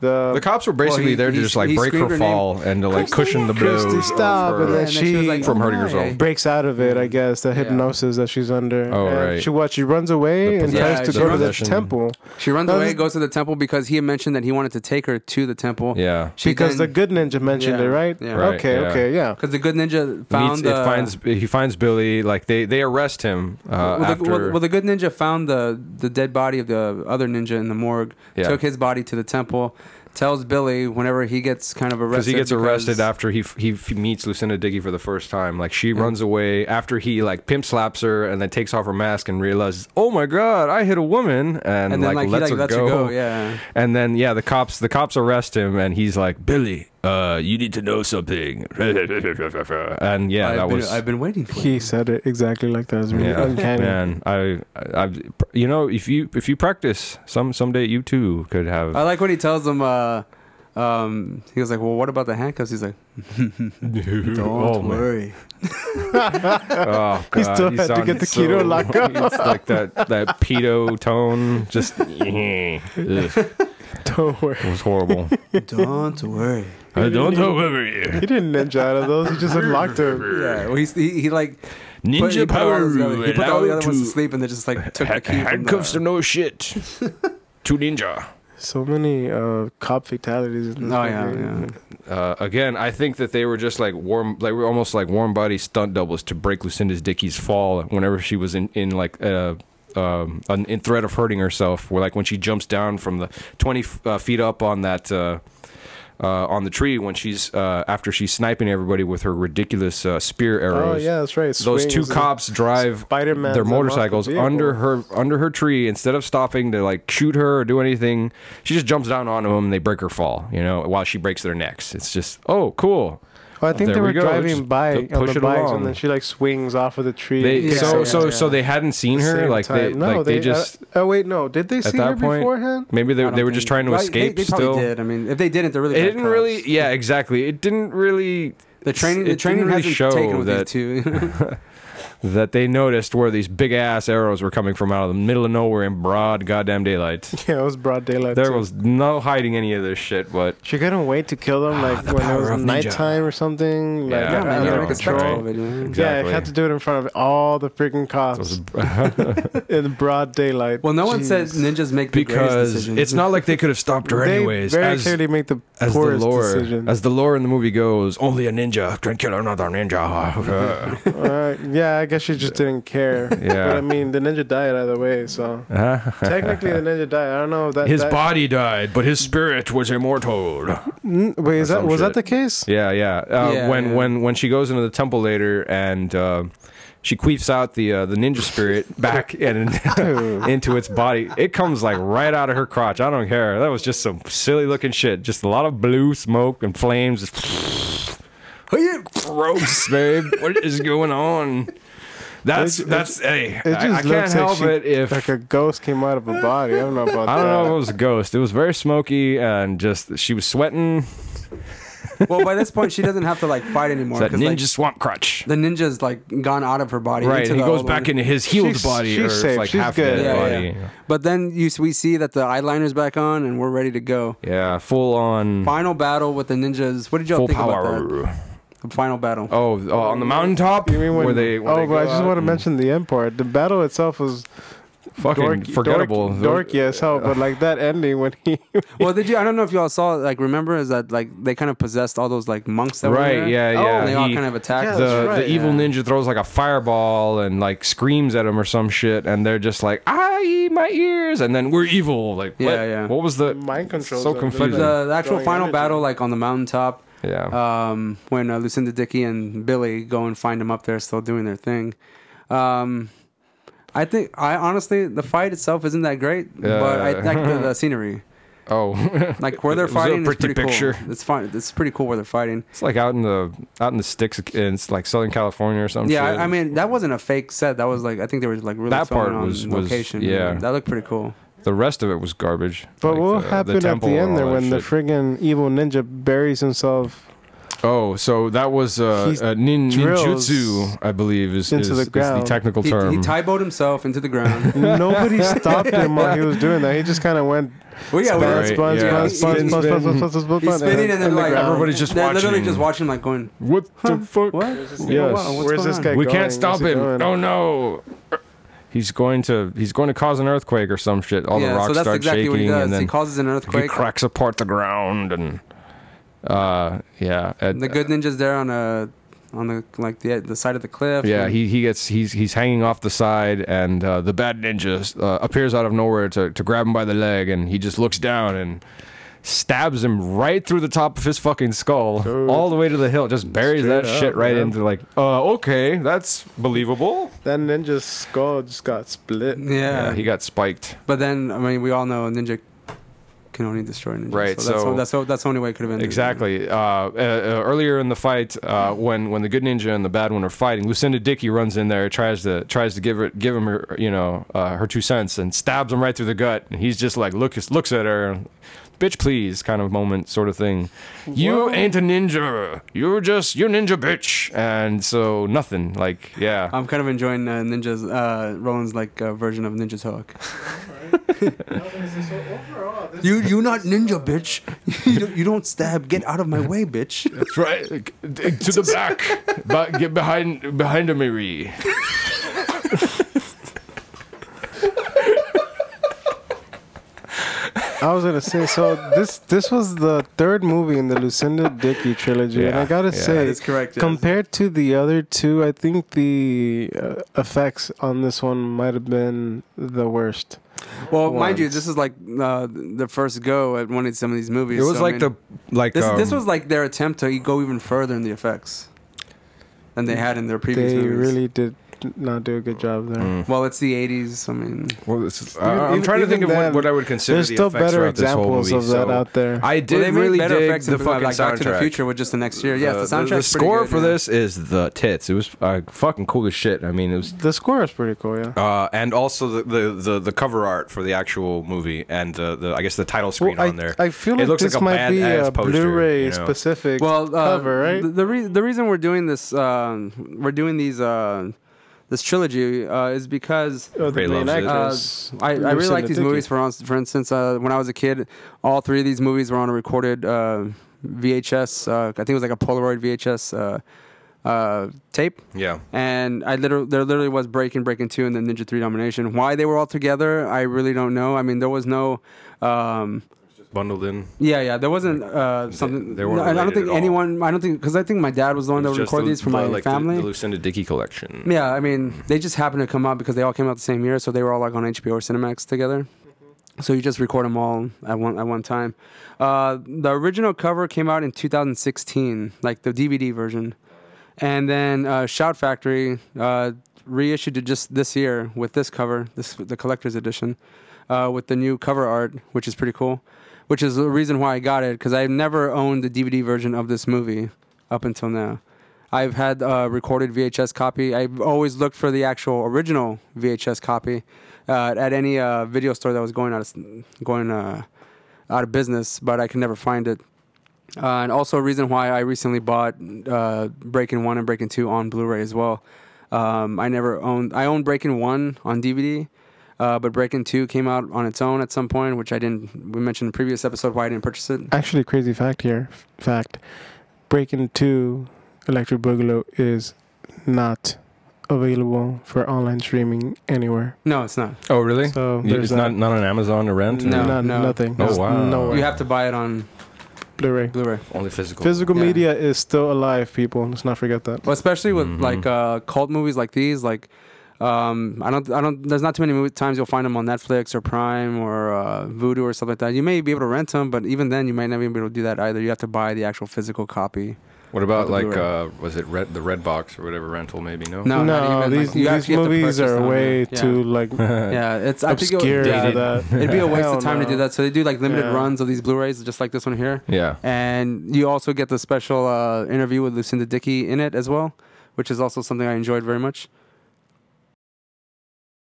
C: the,
A: the cops were basically
B: Well, he-
A: there to
B: he-
A: just like
B: he
A: break
B: screamed her
A: her fall and to like cushion the blow.
C: Christy, stop,
A: of
C: and
A: her-
C: then she-
A: from hurting
B: "Why?"
A: herself.
C: breaks out of it. I guess the
B: Yeah.
C: hypnosis that she's under.
A: Oh,
C: And
A: right.
C: She what? She runs away
A: The
C: and
B: possession-
C: tries to
B: the
C: go to the
A: possession.
C: temple
B: She runs
C: No,
B: away,
C: this-
B: goes to the temple because he had mentioned that he wanted to take her to the temple.
A: yeah.
B: She
C: because the
B: then-
C: good ninja mentioned
B: Yeah.
C: it, right?
B: Yeah.
A: Right,
C: okay,
A: yeah.
C: okay, yeah.
B: Because the good ninja
A: Meets,
B: found
A: it
B: uh,
A: finds he finds Billy like they they arrest him uh,
B: well,
A: after
B: the, well, well, the good ninja found the the dead body of the other ninja in the morgue.
A: Yeah.
B: Took his body to the temple. Tells Billy whenever he gets kind of arrested
A: because he gets arrested
B: because-
A: after he f- he f- meets Lucinda Diggy for the first time. Like she
B: Yeah.
A: runs away after he like pimp slaps her and then takes off her mask and realizes, oh my god, I hit a woman and,
B: and, then like,
A: lets,
B: he like
A: her,
B: lets
A: go.
B: her go. Yeah,
A: And then yeah, the cops the cops arrest him and he's like, Billy, uh, you need to know something. and yeah,
B: I've
A: that
B: been,
A: was
B: I've been waiting for.
C: He
B: you.
C: said it exactly like that. It was really
A: yeah,
C: uncanny.
A: man. I, I, I, you know, if you if you practice, some someday you too could have.
B: I like when he tells him. Uh, um, he was like, "Well, what about the handcuffs?" He's like, "Don't
A: Oh, man.
B: worry."
A: Oh,
C: He
A: God,
C: still had to
A: sounded
C: get the keto lock up.
A: It's like that that pedo tone. Just Ugh, it
C: Don't worry.
A: was horrible.
B: Don't worry.
A: I don't know where
C: He didn't ninja out of those. He just unlocked her.
B: Yeah, well, he's, he he like put, he
A: Ninja
B: put all
A: power.
B: those other- He put all the
A: allowed
B: other ones to
A: to
B: sleep and then just like took
A: ha-
B: the key from
A: handcuffs to
B: the.
A: no shit. To ninja.
C: So many uh, cop fatalities. In this
B: Oh yeah,
C: movie. Mm-hmm.
B: yeah.
A: Uh, again, I think that they were just like warm, they were almost like warm body stunt doubles to break Lucinda's Dickey's fall whenever she was in, in like uh, um, an, in threat of hurting herself. Where like when she jumps down from the twenty uh, feet up on that uh, uh, on the tree when she's uh, after she's sniping everybody with her ridiculous uh, spear
C: Oh
A: arrows.
C: yeah, that's right.
A: Those two
C: Swings and-
A: cops drive
C: Spider-Man's
A: their
C: them off the
A: motorcycles
C: vehicle.
A: under her under her tree instead of stopping to like shoot her or do anything. She just jumps down onto them and they break her fall, you know, while she breaks their necks. It's just oh cool.
C: Well, I think
A: There
C: they
A: we
C: were
A: go.
C: driving
A: Just
C: by
A: p-
C: on
A: push
C: the
A: it
C: bikes,
A: along.
C: and then she like swings off of the tree.
A: They
C: and kicks
A: so
C: her.
A: so so they hadn't seen
C: At the
A: her
C: same
A: like they
C: time. no,
A: like they, just
C: uh, oh wait, no, did they see
A: that
C: her
A: point,
C: beforehand?
A: maybe
B: I
A: they,
B: don't
A: they were
B: think-
A: just trying to
B: Well, they-
A: escape
B: They, probably
A: still.
B: did. I mean, if they didn't, they're really.
A: It
B: bad
A: didn't
B: cops.
A: really yeah, exactly. It didn't really
B: The training, the
A: it
B: training
A: didn't really
B: hasn't
A: show
B: taken with
A: that
B: these two.
A: that they noticed where these big ass arrows were coming from out of the middle of nowhere in broad goddamn daylight.
C: Yeah, it was broad daylight.
A: There
C: too.
A: was no hiding any of this shit, but
C: She couldn't wait to kill them, like when it
A: Ah, power
C: was
A: of ninja.
C: nighttime or something. Like,
A: Yeah,
B: yeah, man,
A: I
B: you
A: know,
B: make a spectacle of
A: right.
B: it. you know?
C: Yeah, I
A: exactly.
C: had to do it in front of all the freaking
A: It was-
C: cops in broad daylight.
B: Well, no one said
C: Jeez.
B: ninjas make the greatest
A: because
B: decisions.
A: it's not like they could have stopped her
C: They
A: anyways.
C: very
A: as,
C: clearly make the
A: as the
C: poorest
A: lore,
C: decision.
A: as the lore in the movie goes, only a ninja can kill another ninja.
C: Uh, yeah, I guess she just didn't care.
A: Yeah.
C: But I mean, the ninja died either way, so technically the ninja died. I don't know if that
A: Uh-huh. his
C: that-
A: body died, but his spirit was immortal.
C: Mm, Wait, is
A: or
C: that
A: some
C: was that
A: shit.
C: the case?
A: Yeah, yeah. Uh,
B: Yeah,
A: when
B: yeah.
A: when when she goes into the temple later and uh, she queefs out the uh, the ninja spirit back and
C: Dude.
A: into its body, it comes like right out of her crotch. I don't care. That was just some silly looking shit. Just a lot of blue smoke and flames. Gross, babe. What is going on? That's
C: It- it-
A: that's hey.
C: It just
A: I, I can't
C: looks like
A: help
C: she-
A: it if
C: like a uh, ghost came out of a body. I don't know about
A: I
C: that.
A: don't know if it was a ghost. It was very smoky and just she was sweating.
B: well, by this point, she doesn't have to like fight anymore.
A: It's that
B: 'cause,
A: ninja
B: like,
A: swamp crutch.
B: the ninja's like gone out of her body.
A: Right,
B: into
A: he
B: the
A: goes
B: old
A: back
B: one.
A: into his healed
C: She's-
A: body,
C: she's
A: or it's
C: safe,
A: like
C: she's
A: half
C: good.
A: dead
B: Yeah,
A: body.
B: yeah. But then you s- we see that the eyeliner's back on, and we're ready to go.
A: Yeah, full on,
B: Final battle with the ninjas. What did y'all
A: Hmm. full
B: think about
A: power.
B: that? The final battle.
A: Oh, oh, on the mountaintop
C: You mean when,
A: where they when
C: oh,
A: they
C: but I
A: go
C: just
A: out
C: want to
A: and-
C: mention the end part. The battle itself was
A: fucking
C: dork-
A: forgettable.
C: dork, dorky as hell. But like that ending when he
B: Well, did you? I don't know if y'all saw. Like, remember is that like they kind of possessed all those like monks that were
A: right?
B: there?
A: Yeah, yeah.
B: And they all
A: he-
B: kind of attacked.
C: Yeah,
B: them.
A: the
C: That's right,
A: the evil
B: yeah.
A: ninja throws like a fireball and like screams at him or some shit, and they're just like, "I my ears," and then we're evil. Like,
B: Yeah,
A: what?
B: yeah.
A: What was the
C: mind controls.
A: So
C: them,
A: confusing.
C: didn't
B: the, the actual
C: Throwing
B: final
C: energy.
B: battle, like on the mountaintop,
A: yeah?
B: um, when uh, Lucinda Dickey and Billy go and find him up there, still doing their thing. Um, I think I honestly the fight itself isn't that great, but I
A: Yeah.
B: like the, the scenery,
A: oh,
B: like where they're
A: Uh. It was a
B: fighting. is
A: pretty
B: pretty
A: picture.
B: Cool. It's fine. It's pretty cool where they're fighting.
A: it's like out in the out in the sticks in like Southern California or something.
B: yeah, I, I mean that wasn't a fake set. That was like I think they were like really
A: That
B: filming
A: part
B: on
A: was- was-
B: location.
A: yeah.
B: that looked pretty cool.
A: the rest of it was garbage.
C: But
A: Like,
C: what
A: the- the
C: happened at
A: temple
C: the
A: and
C: end there
A: all that
C: when the
A: shit.
C: friggin' evil ninja buries himself?
A: Oh, so that was uh,
C: He's
A: uh, nin,
C: drills
A: ninjutsu, I believe, is,
C: into
A: is,
C: the
A: is the
C: ground.
A: technical
B: He,
A: term.
B: he tie-bowed himself into the ground.
C: Nobody stopped him while he was doing that. He just kind of went
B: well, yeah,
C: spun,
B: we're,
A: Right,
C: spun,
A: yeah.
C: spun, spun,
B: He's-
C: spun,
B: he's-
C: spun, spun, spun, spun,
B: he's
C: spun,
B: spinning and then
C: the
B: like
C: ground.
A: Everybody's just
B: they're literally
A: watching.
B: just watching, like going,
A: what the fuck?
B: "What?
A: Yes.
B: wow, what's
C: Where's
B: going
C: this
B: on?"
C: guy
A: we
C: going?
A: can't stop
C: Where's he
A: him.
C: going?
A: Oh no. He's going to he's going to cause an earthquake or some shit. All the
B: yeah,
A: rocks
B: so that's
A: start
B: exactly
A: shaking
B: what he does.
A: and then
B: he causes an
A: he
B: earthquake.
A: cracks apart the ground and uh yeah. At,
B: The good ninja's there on a on the like the the side of the cliff.
A: yeah,
B: and-
A: he, he gets he's he's hanging off the side and uh, the bad ninja uh, appears out of nowhere to, to grab him by the leg and he just looks down and stabs him right through the top of his fucking skull
C: Dude.
A: all the way to the hill just buries
C: Straight
A: that
C: up,
A: shit right
C: man.
A: into like uh okay that's believable
C: That ninja's skull just got split.
B: yeah.
A: yeah he got spiked
B: but then I mean, we all know ninja can only destroy ninja.
A: Right,
B: So, that's
A: so-
B: the- that's the- that's the only way it could have ended.
A: Exactly. Uh, uh, uh, earlier in the fight, uh, when when the good ninja and the bad one are fighting, Lucinda Dickey runs in there, tries to tries to give her give him her you know uh, her two cents, and stabs him right through the gut. And he's just like looks looks at her, bitch, please, kind of moment, sort of thing. You
C: Whoa.
A: ain't a ninja. You're just you're ninja bitch. And so nothing. Like yeah.
B: I'm kind of enjoying uh, Ninja's uh, Roland's like uh, version of Ninja talk. You you not ninja bitch. you, don't, you don't stab. Get out of my way, bitch.
A: That's
B: uh,
A: right. To the back. but get behind behind a Marie.
C: I was gonna say, so this this was the third movie in the Lucinda Dickey trilogy, and I
A: Yeah,
C: gotta
A: yeah.
C: say,
B: That's correct. yes.
C: compared to the other two, I think the uh, effects on this one might have been the worst.
B: Well, mind you,
C: ones.
B: this is like uh, the first go at one of some of these movies.
A: It was
B: so, I
A: like
B: mean-
A: the like
B: This,
A: um,
B: this was like their attempt to go even further in the effects than they had in their previous
C: they
B: movies.
C: really did not do a good job there.
A: Mm.
B: well, it's the 80s. I mean,
A: Well, this is,
C: Even-
A: I, I'm
C: even-
A: trying to think
C: even
A: of what,
C: then,
A: what I would consider
C: There's
A: the
C: still
A: effects
C: better
A: throughout this whole
C: examples
A: movie.
C: of that
A: so
C: out there.
A: I
B: well,
A: did
B: they made
A: really
B: better
A: dig
B: effects
A: the
B: in
A: fucking
B: like Back to the
A: soundtrack.
B: Future, which just the next year. Yes, the, soundtrack.
A: The, score for this is the tits. It was uh, fucking cool as shit. I mean, it was.
C: the score is pretty cool, yeah.
E: Uh, and also the, the, the, the cover art for the actual movie and uh, the I guess the title screen
C: Well, I,
E: on there.
C: I feel
E: It
C: like
E: looks like
C: this
E: a
C: might be
E: badass
C: a
E: poster,
C: Blu-ray
E: you know.
C: specific
B: Well, uh,
C: cover, right?
B: The the, re- the reason we're doing this, um, we're doing these, uh, this trilogy, uh, is because uh,
C: Oh, the
E: Ray
C: main
E: loves it.
C: actress,
B: I, I really
C: Lucinda
B: like these
C: Dickey.
B: movies. For ons- for instance, uh, when I was a kid, all three of these movies were on a recorded uh, VHS. Uh, I think it was like a Polaroid VHS uh, uh, tape.
E: yeah,
B: and I literally there literally was Breaking, Breaking Two, and then Ninja Three Domination. Why they were all together, I really don't know. I mean, there was no, um,
E: bundled in.
B: yeah, yeah, there wasn't uh, something.
E: they weren't
B: no, I don't
E: related
B: think
E: at all.
B: anyone. I don't think because I think my dad was the one
E: It
B: that
E: was
B: would
E: just
B: record
E: the-
B: these for
E: the-
B: my
E: like the-
B: family.
E: The, Lucinda Dickey collection.
B: yeah, I mean, they just happened to come out because they all came out the same year, so they were all like on HBO or Cinemax together.
E: Mm-hmm.
B: So you just record them all at one at one time. Uh, the original cover came out in 2016, like the DVD version, and then uh, Shout Factory uh, reissued it just this year with this cover, this the collector's edition, uh, with the new cover art, which is pretty cool. Which is the reason why I got it because I've never owned the DVD version of this movie up until now. I've had a recorded VHS copy. I've always looked for the actual original VHS copy uh, at any uh, video store that was going out of, going uh, out of business, but I could never find it. Uh, and also a reason why I recently bought uh, Breaking One and Breaking Two on Blu-ray as well. Um, I never owned. I owned Breaking One on DVD, uh, but Breaking Two came out on its own at some point, which I didn't. We mentioned in the previous episode why I didn't purchase it.
C: Actually, crazy fact here. f- Fact: Breaking Two, Electric Boogaloo is not available for online streaming anywhere.
B: No, it's not.
F: Oh, really?
C: So
F: Yeah,
C: there's
F: it's not
C: that.
F: not on Amazon to rent. or-
B: No,
C: None-
B: no.
C: nothing.
F: Oh,
C: There's
F: wow.
C: nowhere.
B: You have to buy it on
C: Blu-ray.
B: Blu-ray.
F: only physical.
C: Physical
B: Yeah.
C: media is still alive, people. Let's not forget that.
B: Well, especially with
F: Mhm.
B: like uh, cult movies like these, like um, I don't, I don't. There's not too many movie times you'll find them on Netflix or Prime or uh, Vudu or stuff like that. You may be able to rent them, but even then, you might not be able to do that either. You have to buy the actual physical copy.
F: What about
B: the
F: like
B: Blu-ray.
F: uh, was it red the red box or whatever rental? Maybe no.
B: No, not even, like,
C: these,
B: you
C: these
B: actually have to
C: movies
B: purchase
C: are
B: them,
C: way
B: yeah.
C: too like
B: Yeah, it's. I think it
C: obscure.
B: would, yeah,
C: for
B: it'd,
C: that.
B: be a waste
C: Hell
B: of time to
C: no.
B: do that. So they do like limited
C: Yeah.
B: runs of these Blu-rays, just like this one here.
F: Yeah.
B: And you also get the special uh, interview with Lucinda Dickey in it as well, which is also something I enjoyed very much.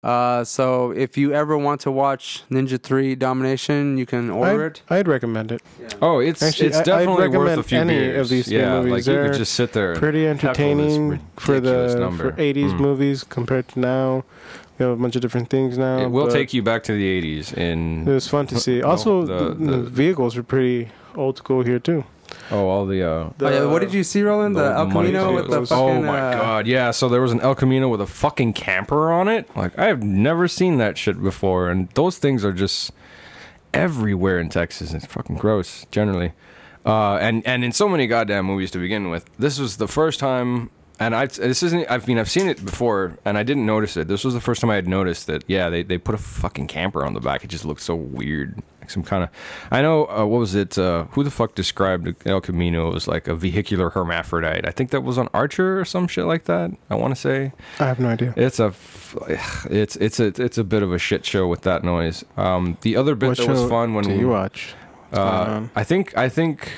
B: Uh, so if you ever want to watch Ninja 3 Domination, you can order
C: I'd,
B: it.
C: I'd recommend it.
F: Oh, it's
C: Actually,
F: it's
C: I- I'd
F: definitely worth a
C: recommend
F: few
C: any
F: beers.
C: of these three
F: yeah,
C: movies.
F: like you
C: They're
F: could just sit there. and-
C: Pretty
F: this
C: entertaining for
F: ridiculous
C: the
F: number.
C: for 80s
A: Hmm.
F: Mm.
C: movies compared to now. We have a bunch of different things now.
A: It will
C: but
A: take you back to the 80s
C: It
A: in
C: was fun to see.
F: No,
C: Also,
F: the-
C: the, the
F: the-
C: vehicles were pretty old school here too.
A: oh all the uh
B: Oh, yeah, what did you see, Roland? The,
A: the-
B: El
A: the money
B: Camino with the
C: videos.
B: fucking.
A: oh my
B: uh,
A: god yeah so there was an El Camino with a fucking camper on it like I've never seen that shit before and those things are just everywhere in Texas it's fucking gross generally uh and and in so many goddamn movies to begin with this was the first time and I this isn't I mean I've seen it before and I didn't notice it this was the first time I had noticed that yeah they they put a fucking camper on the back it just looked so weird like some kind of I know uh, what was it uh, who the fuck described El Camino as like a vehicular hermaphrodite I think that was on Archer or some shit like that I want to say
C: I have no idea.
A: it's a f- ugh, it's it's a it's a bit of a shit show with that noise um the other bit
C: What
A: that was
C: show
A: fun when
C: do
A: we
C: you watch?
A: uh,
C: Um,
A: I think I think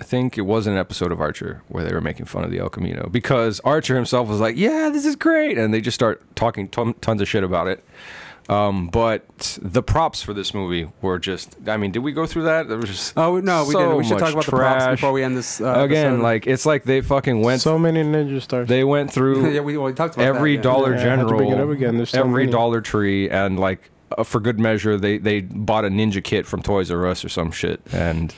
A: I think it was an episode of Archer where they were making fun of the El Camino because Archer himself was like, "Yeah, this is great," and they just start talking ton tons of shit about it. Um, but the props for this movie were just—I mean, did we go through that? There was just
B: Oh, no, we
A: so
B: didn't. We should talk
A: much
B: about the props
A: trash.
B: before we end this. Uh,
A: again,
B: episode.
A: like it's like they fucking went.
C: so many ninja stars.
A: they went through
B: yeah, we, well, we talked about
A: every
B: that, yeah.
A: Dollar
C: Yeah, I had to
A: General,
C: bring it up again. There's so
A: every
C: many.
A: Dollar Tree, and like uh, for good measure, they they bought a ninja kit from Toys R Us or some shit, and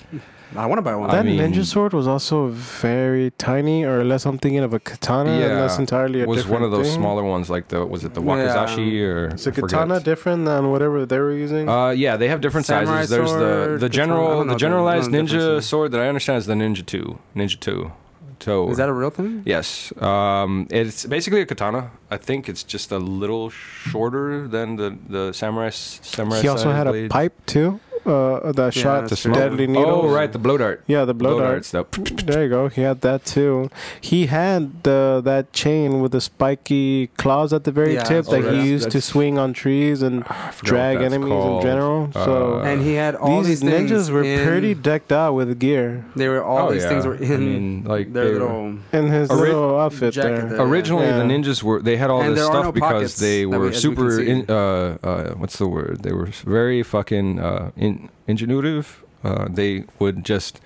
B: I want to buy one.
C: that
A: I mean-
C: ninja sword was also very tiny, or unless I'm thinking of a katana,
A: Yeah,
C: unless entirely a
A: was one
C: different
A: of those
C: thing.
A: smaller ones, like the was it the
B: Yeah.
A: Wakazashi or
C: Is a
A: I forget.
C: katana different than whatever they were using?
A: Uh, yeah, they have different
B: Samurai
A: sizes. There's
B: sword,
A: the the
B: katana- I
A: general
B: don't know
A: the
B: the-
A: generalized
B: I don't know the
A: ninja
B: difference.
A: sword that I understand is the Ninja Two, Ninja Two, Toe.
B: Is that a real thing?
A: Yes, um, it's basically a katana. I think it's just a little shorter than the the samurai s- samurai.
C: he also
A: side
C: had a
A: blade.
C: pipe too. Uh, that
B: Yeah,
C: shot
B: that's
C: shot
B: true.
C: deadly needle.
A: Oh right, the blow dart.
C: Yeah, the blow dart.
A: stuff.
C: There you go. He had that too. He had the that chain with the spiky claws at the very
B: Yeah,
C: tip
B: oh,
C: that
B: that's-
C: he used to
A: that's-
C: swing on trees and drag enemies in general. So
A: Uh,
B: and he had all these,
C: these, ninjas
B: things
C: were
B: in-
C: pretty decked out with gear
B: They were all
A: Oh,
B: these
A: yeah.
B: things were in
A: I mean, like
B: their
A: they were-
B: little.
C: in his
A: Ori-
C: little outfit
B: jacket
C: there.
B: there.
A: Originally,
C: Yeah.
A: the ninjas were they had all
B: uh, And
A: this
B: there are
A: stuff
B: no
A: because
B: pockets
A: they
B: that
A: were
B: we- as we can
A: super.
B: see.
A: In, uh, uh, what's the word? They were very fucking uh, in, ingenuitive. Uh, they would just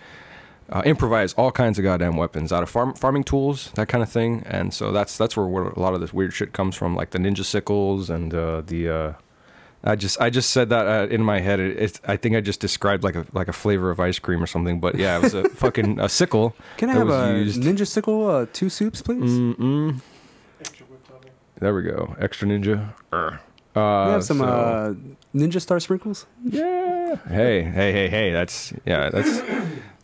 A: uh, improvise all kinds of goddamn weapons out of farm, farming tools, that kind of thing. And so that's that's where, where a lot of this weird shit comes from, like the ninja sickles and uh, the. Uh, I just I just said that uh, in my head. It, it's I think I just described like a like a flavor of ice cream or something. But yeah, it was a fucking a sickle.
B: Can I
A: that
B: have
A: was
B: a
A: used. Mm,
B: ninja sickle, uh, two soups, please?
A: Mm-mm. There we go. Extra ninja. Err. Uh,
B: we have some
A: so-
B: uh, ninja star sprinkles.
A: yeah. Hey, hey, hey, hey. That's yeah. That's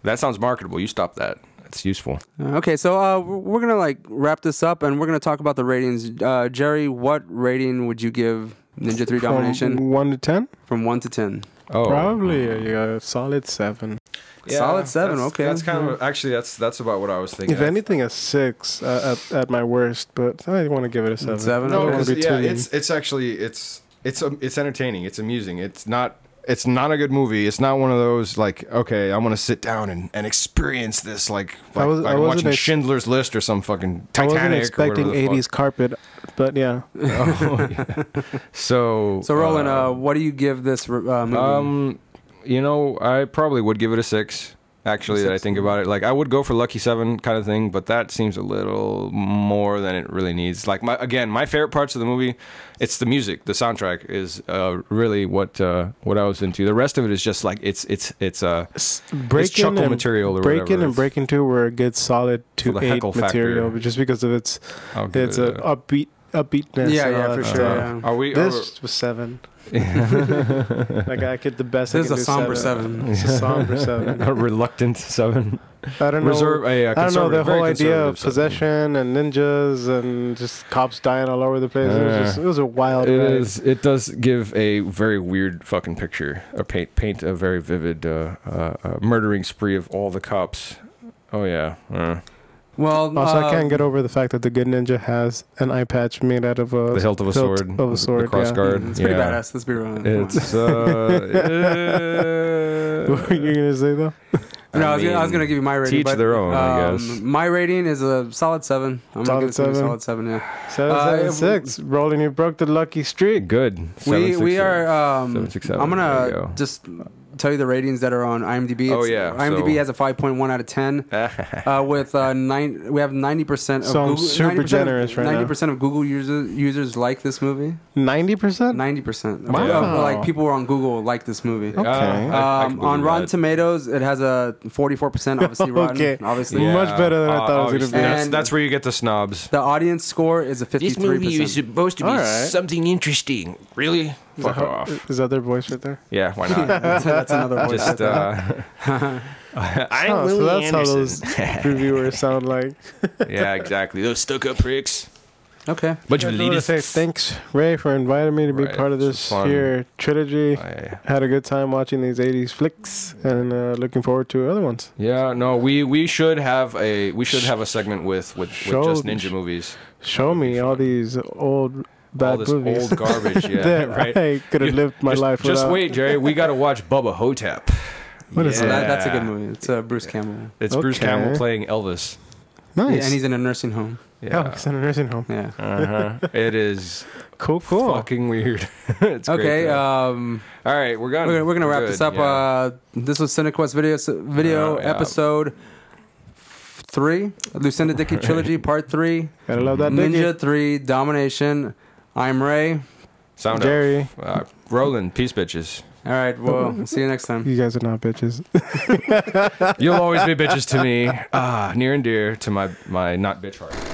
A: that sounds marketable. You stop that. It's useful.
B: Uh, Okay, so uh, we're we're gonna like wrap this up, and we're gonna talk about the ratings. Uh, Jerry, what rating would you give Ninja Three
C: From
B: Domination
C: one to ten,
B: from one to ten?
A: Oh,
C: probably a, a solid seven.
B: Solid seven,
A: that's-
B: okay. Mm-hmm.
A: That's kind of actually that's that's about what I was thinking.
C: if anything, a six uh, at, at my worst, but I want to give it a seven.
B: Seven?
C: I
A: no,
C: don't
B: Okay.
C: wanna
A: because
C: be too
A: yeah,
C: mean.
A: it's it's actually it's it's um, it's entertaining. It's amusing. It's not it's not a good movie. It's not one of those like okay, I want to sit down and, and experience this like
C: I
A: like,
C: was-
A: like
C: I wasn't
A: watching
C: ex-
A: Schindler's List or some fucking
C: I
A: Titanic.
C: wasn't
A: or
C: expecting
A: whatever the
C: '80s
A: fuck.
C: carpet, but yeah,
A: Oh, yeah. So uh,
B: So Roland, uh, what do you give this r- uh, movie?
A: um, you know, I probably would give it a six. Actually, that I think about it, like I would go for Lucky Seven kind of thing, but that seems a little more than it really needs. Like my again, my favorite parts of the movie, it's the music, the soundtrack is uh, really what uh, what I was into. The rest of it is just like it's it's it's uh,
C: Breaking
A: chuckle
C: and
A: material or
C: Breaking
A: whatever.
C: and Breaking Two were a good solid
A: For
C: two
A: the
C: eight
A: heckle factor.
C: material, but just because of its
A: I'll give
C: it's
A: it uh,
C: a upbeat upbeatness.
B: Yeah,
C: and
B: yeah,
C: all
B: for
C: that
B: sure,
C: stuff.
B: yeah.
A: Are we?
C: This was seven. like I could the best. I
B: This is
C: could
B: a
C: do
B: somber
C: seven. It's a somber seven.
A: are, a reluctant seven.
C: I don't know.
A: Reserve. A, uh,
C: I don't know the
A: conservative- very
C: whole idea of
A: conservative seven.
C: possession and ninjas and just cops dying all over the place. it, was
A: Yeah.
C: just, it was a wild.
A: It
C: ride.
A: is. It does give a very weird fucking picture. Or paint paint a very vivid uh, uh, uh, murdering spree of all the cops. Oh yeah. Uh,
B: Well,
C: Also, I
B: uh,
C: can't get over the fact that the good ninja has an eye patch made out of a
A: the hilt of a
C: hilt
A: sword.
C: of a sword,
A: The cross
C: yeah.
A: guard.
B: It's pretty
A: yeah.
B: badass. Let's be real. Come on.
A: It's. Uh,
C: What were you gonna say though?
B: No, I, was gonna, I was
A: mean,
B: gonna give you my rating.
A: teach
B: but,
A: their own, I
B: um,
A: guess.
B: My rating is a solid seven. I'm
C: Solid
B: gonna give this movie a
C: seven?
B: solid seven. Yeah.
C: Seven
B: Uh,
C: seven
B: if-
C: six. Rolling, you broke the lucky streak.
A: Good.
B: we
A: Seven, six,
B: we
A: seven.
B: are. Um,
A: Seven, six, seven.
B: I'm
A: There you
B: gonna
A: go.
B: just tell you the ratings that are on IMDb.
A: Oh,
B: It's-
A: yeah,
B: IMDb
A: so-
B: has a 5.1 out of 10. uh, with uh, nine, we have 90 percent of
C: So I'm
B: Google,
C: super
B: 90% of-
C: generous right now.
B: 90% of Google users users like this movie.
C: Ninety percent.
B: 90 percent.
A: Wow.
B: Like people were on Google like this movie.
C: Okay.
A: I- I can
B: Um, on
A: believe
B: Rotten
A: that.
B: Tomatoes, it has a 44% obviously rotten.
C: Okay.
B: Obviously.
C: Yeah. Much better than I thought it was gonna
A: obviously.
B: be.
A: Uh, That's,
B: And-
A: that's where you get the snobs.
B: The audience score is a 53%.
G: This movie is supposed to be
C: All right.
G: something interesting.
A: Really?
C: Is
A: Fuck
C: that,
A: off.
C: is that their voice right there?
A: Yeah, why not?
B: that's, that's another voice.
A: Just uh,
G: I'm
C: Oh, so
G: Willie
C: that's how
G: Anderson.
C: those reviewers sound like.
A: yeah, exactly.
G: Those stuck-up pricks.
B: okay.
G: Bunch
C: I
G: of
C: just wanna say
G: elitists.
C: thanks, Ray, for inviting me to be
A: Right,
C: part of
A: this was
C: this
A: fun. Oh,
C: here trilogy.
A: I-
C: Had a good time watching these '80s flicks, and uh, looking forward to other ones.
A: yeah, no, we we should have a we should have a segment with with, with
C: Show-
A: just ninja movies.
C: Show me all these old
A: All
C: bad
A: this
C: movies.
A: old garbage. Yeah,
C: that
A: right.
C: I could have lived my
A: just,
C: life
A: Just
C: without.
A: wait, Jerry. We got to watch Bubba Hotep.
C: What is
B: So that, that's a
A: Yeah.
B: good movie. It's uh, Bruce Campbell.
A: It's Bruce
C: Okay.
A: Campbell playing Elvis.
C: Nice.
B: Yeah, and he's in a nursing home.
C: yeah. he's in a nursing home.
B: Yeah.
A: Uh-huh. it is
C: Cool, cool.
A: fucking weird. it's
B: okay.
A: Great, though.
B: um,
A: All right, we're gonna
B: we're, we're gonna wrap
A: good,
B: this up.
A: yeah.
B: Uh, this was CineQuest video s- video
A: Uh, yeah.
B: episode three, Lucinda Dickey trilogy part three,
C: Gotta love that
B: Ninja
C: ninja.
B: three, Domination. I'm Ray.
A: Sound up.
C: Jerry,
A: Uh, Roland, peace, bitches.
B: All right. Well, see you next time.
C: you guys are not bitches.
A: You'll always be bitches to me, ah, near and dear to my my not bitch heart.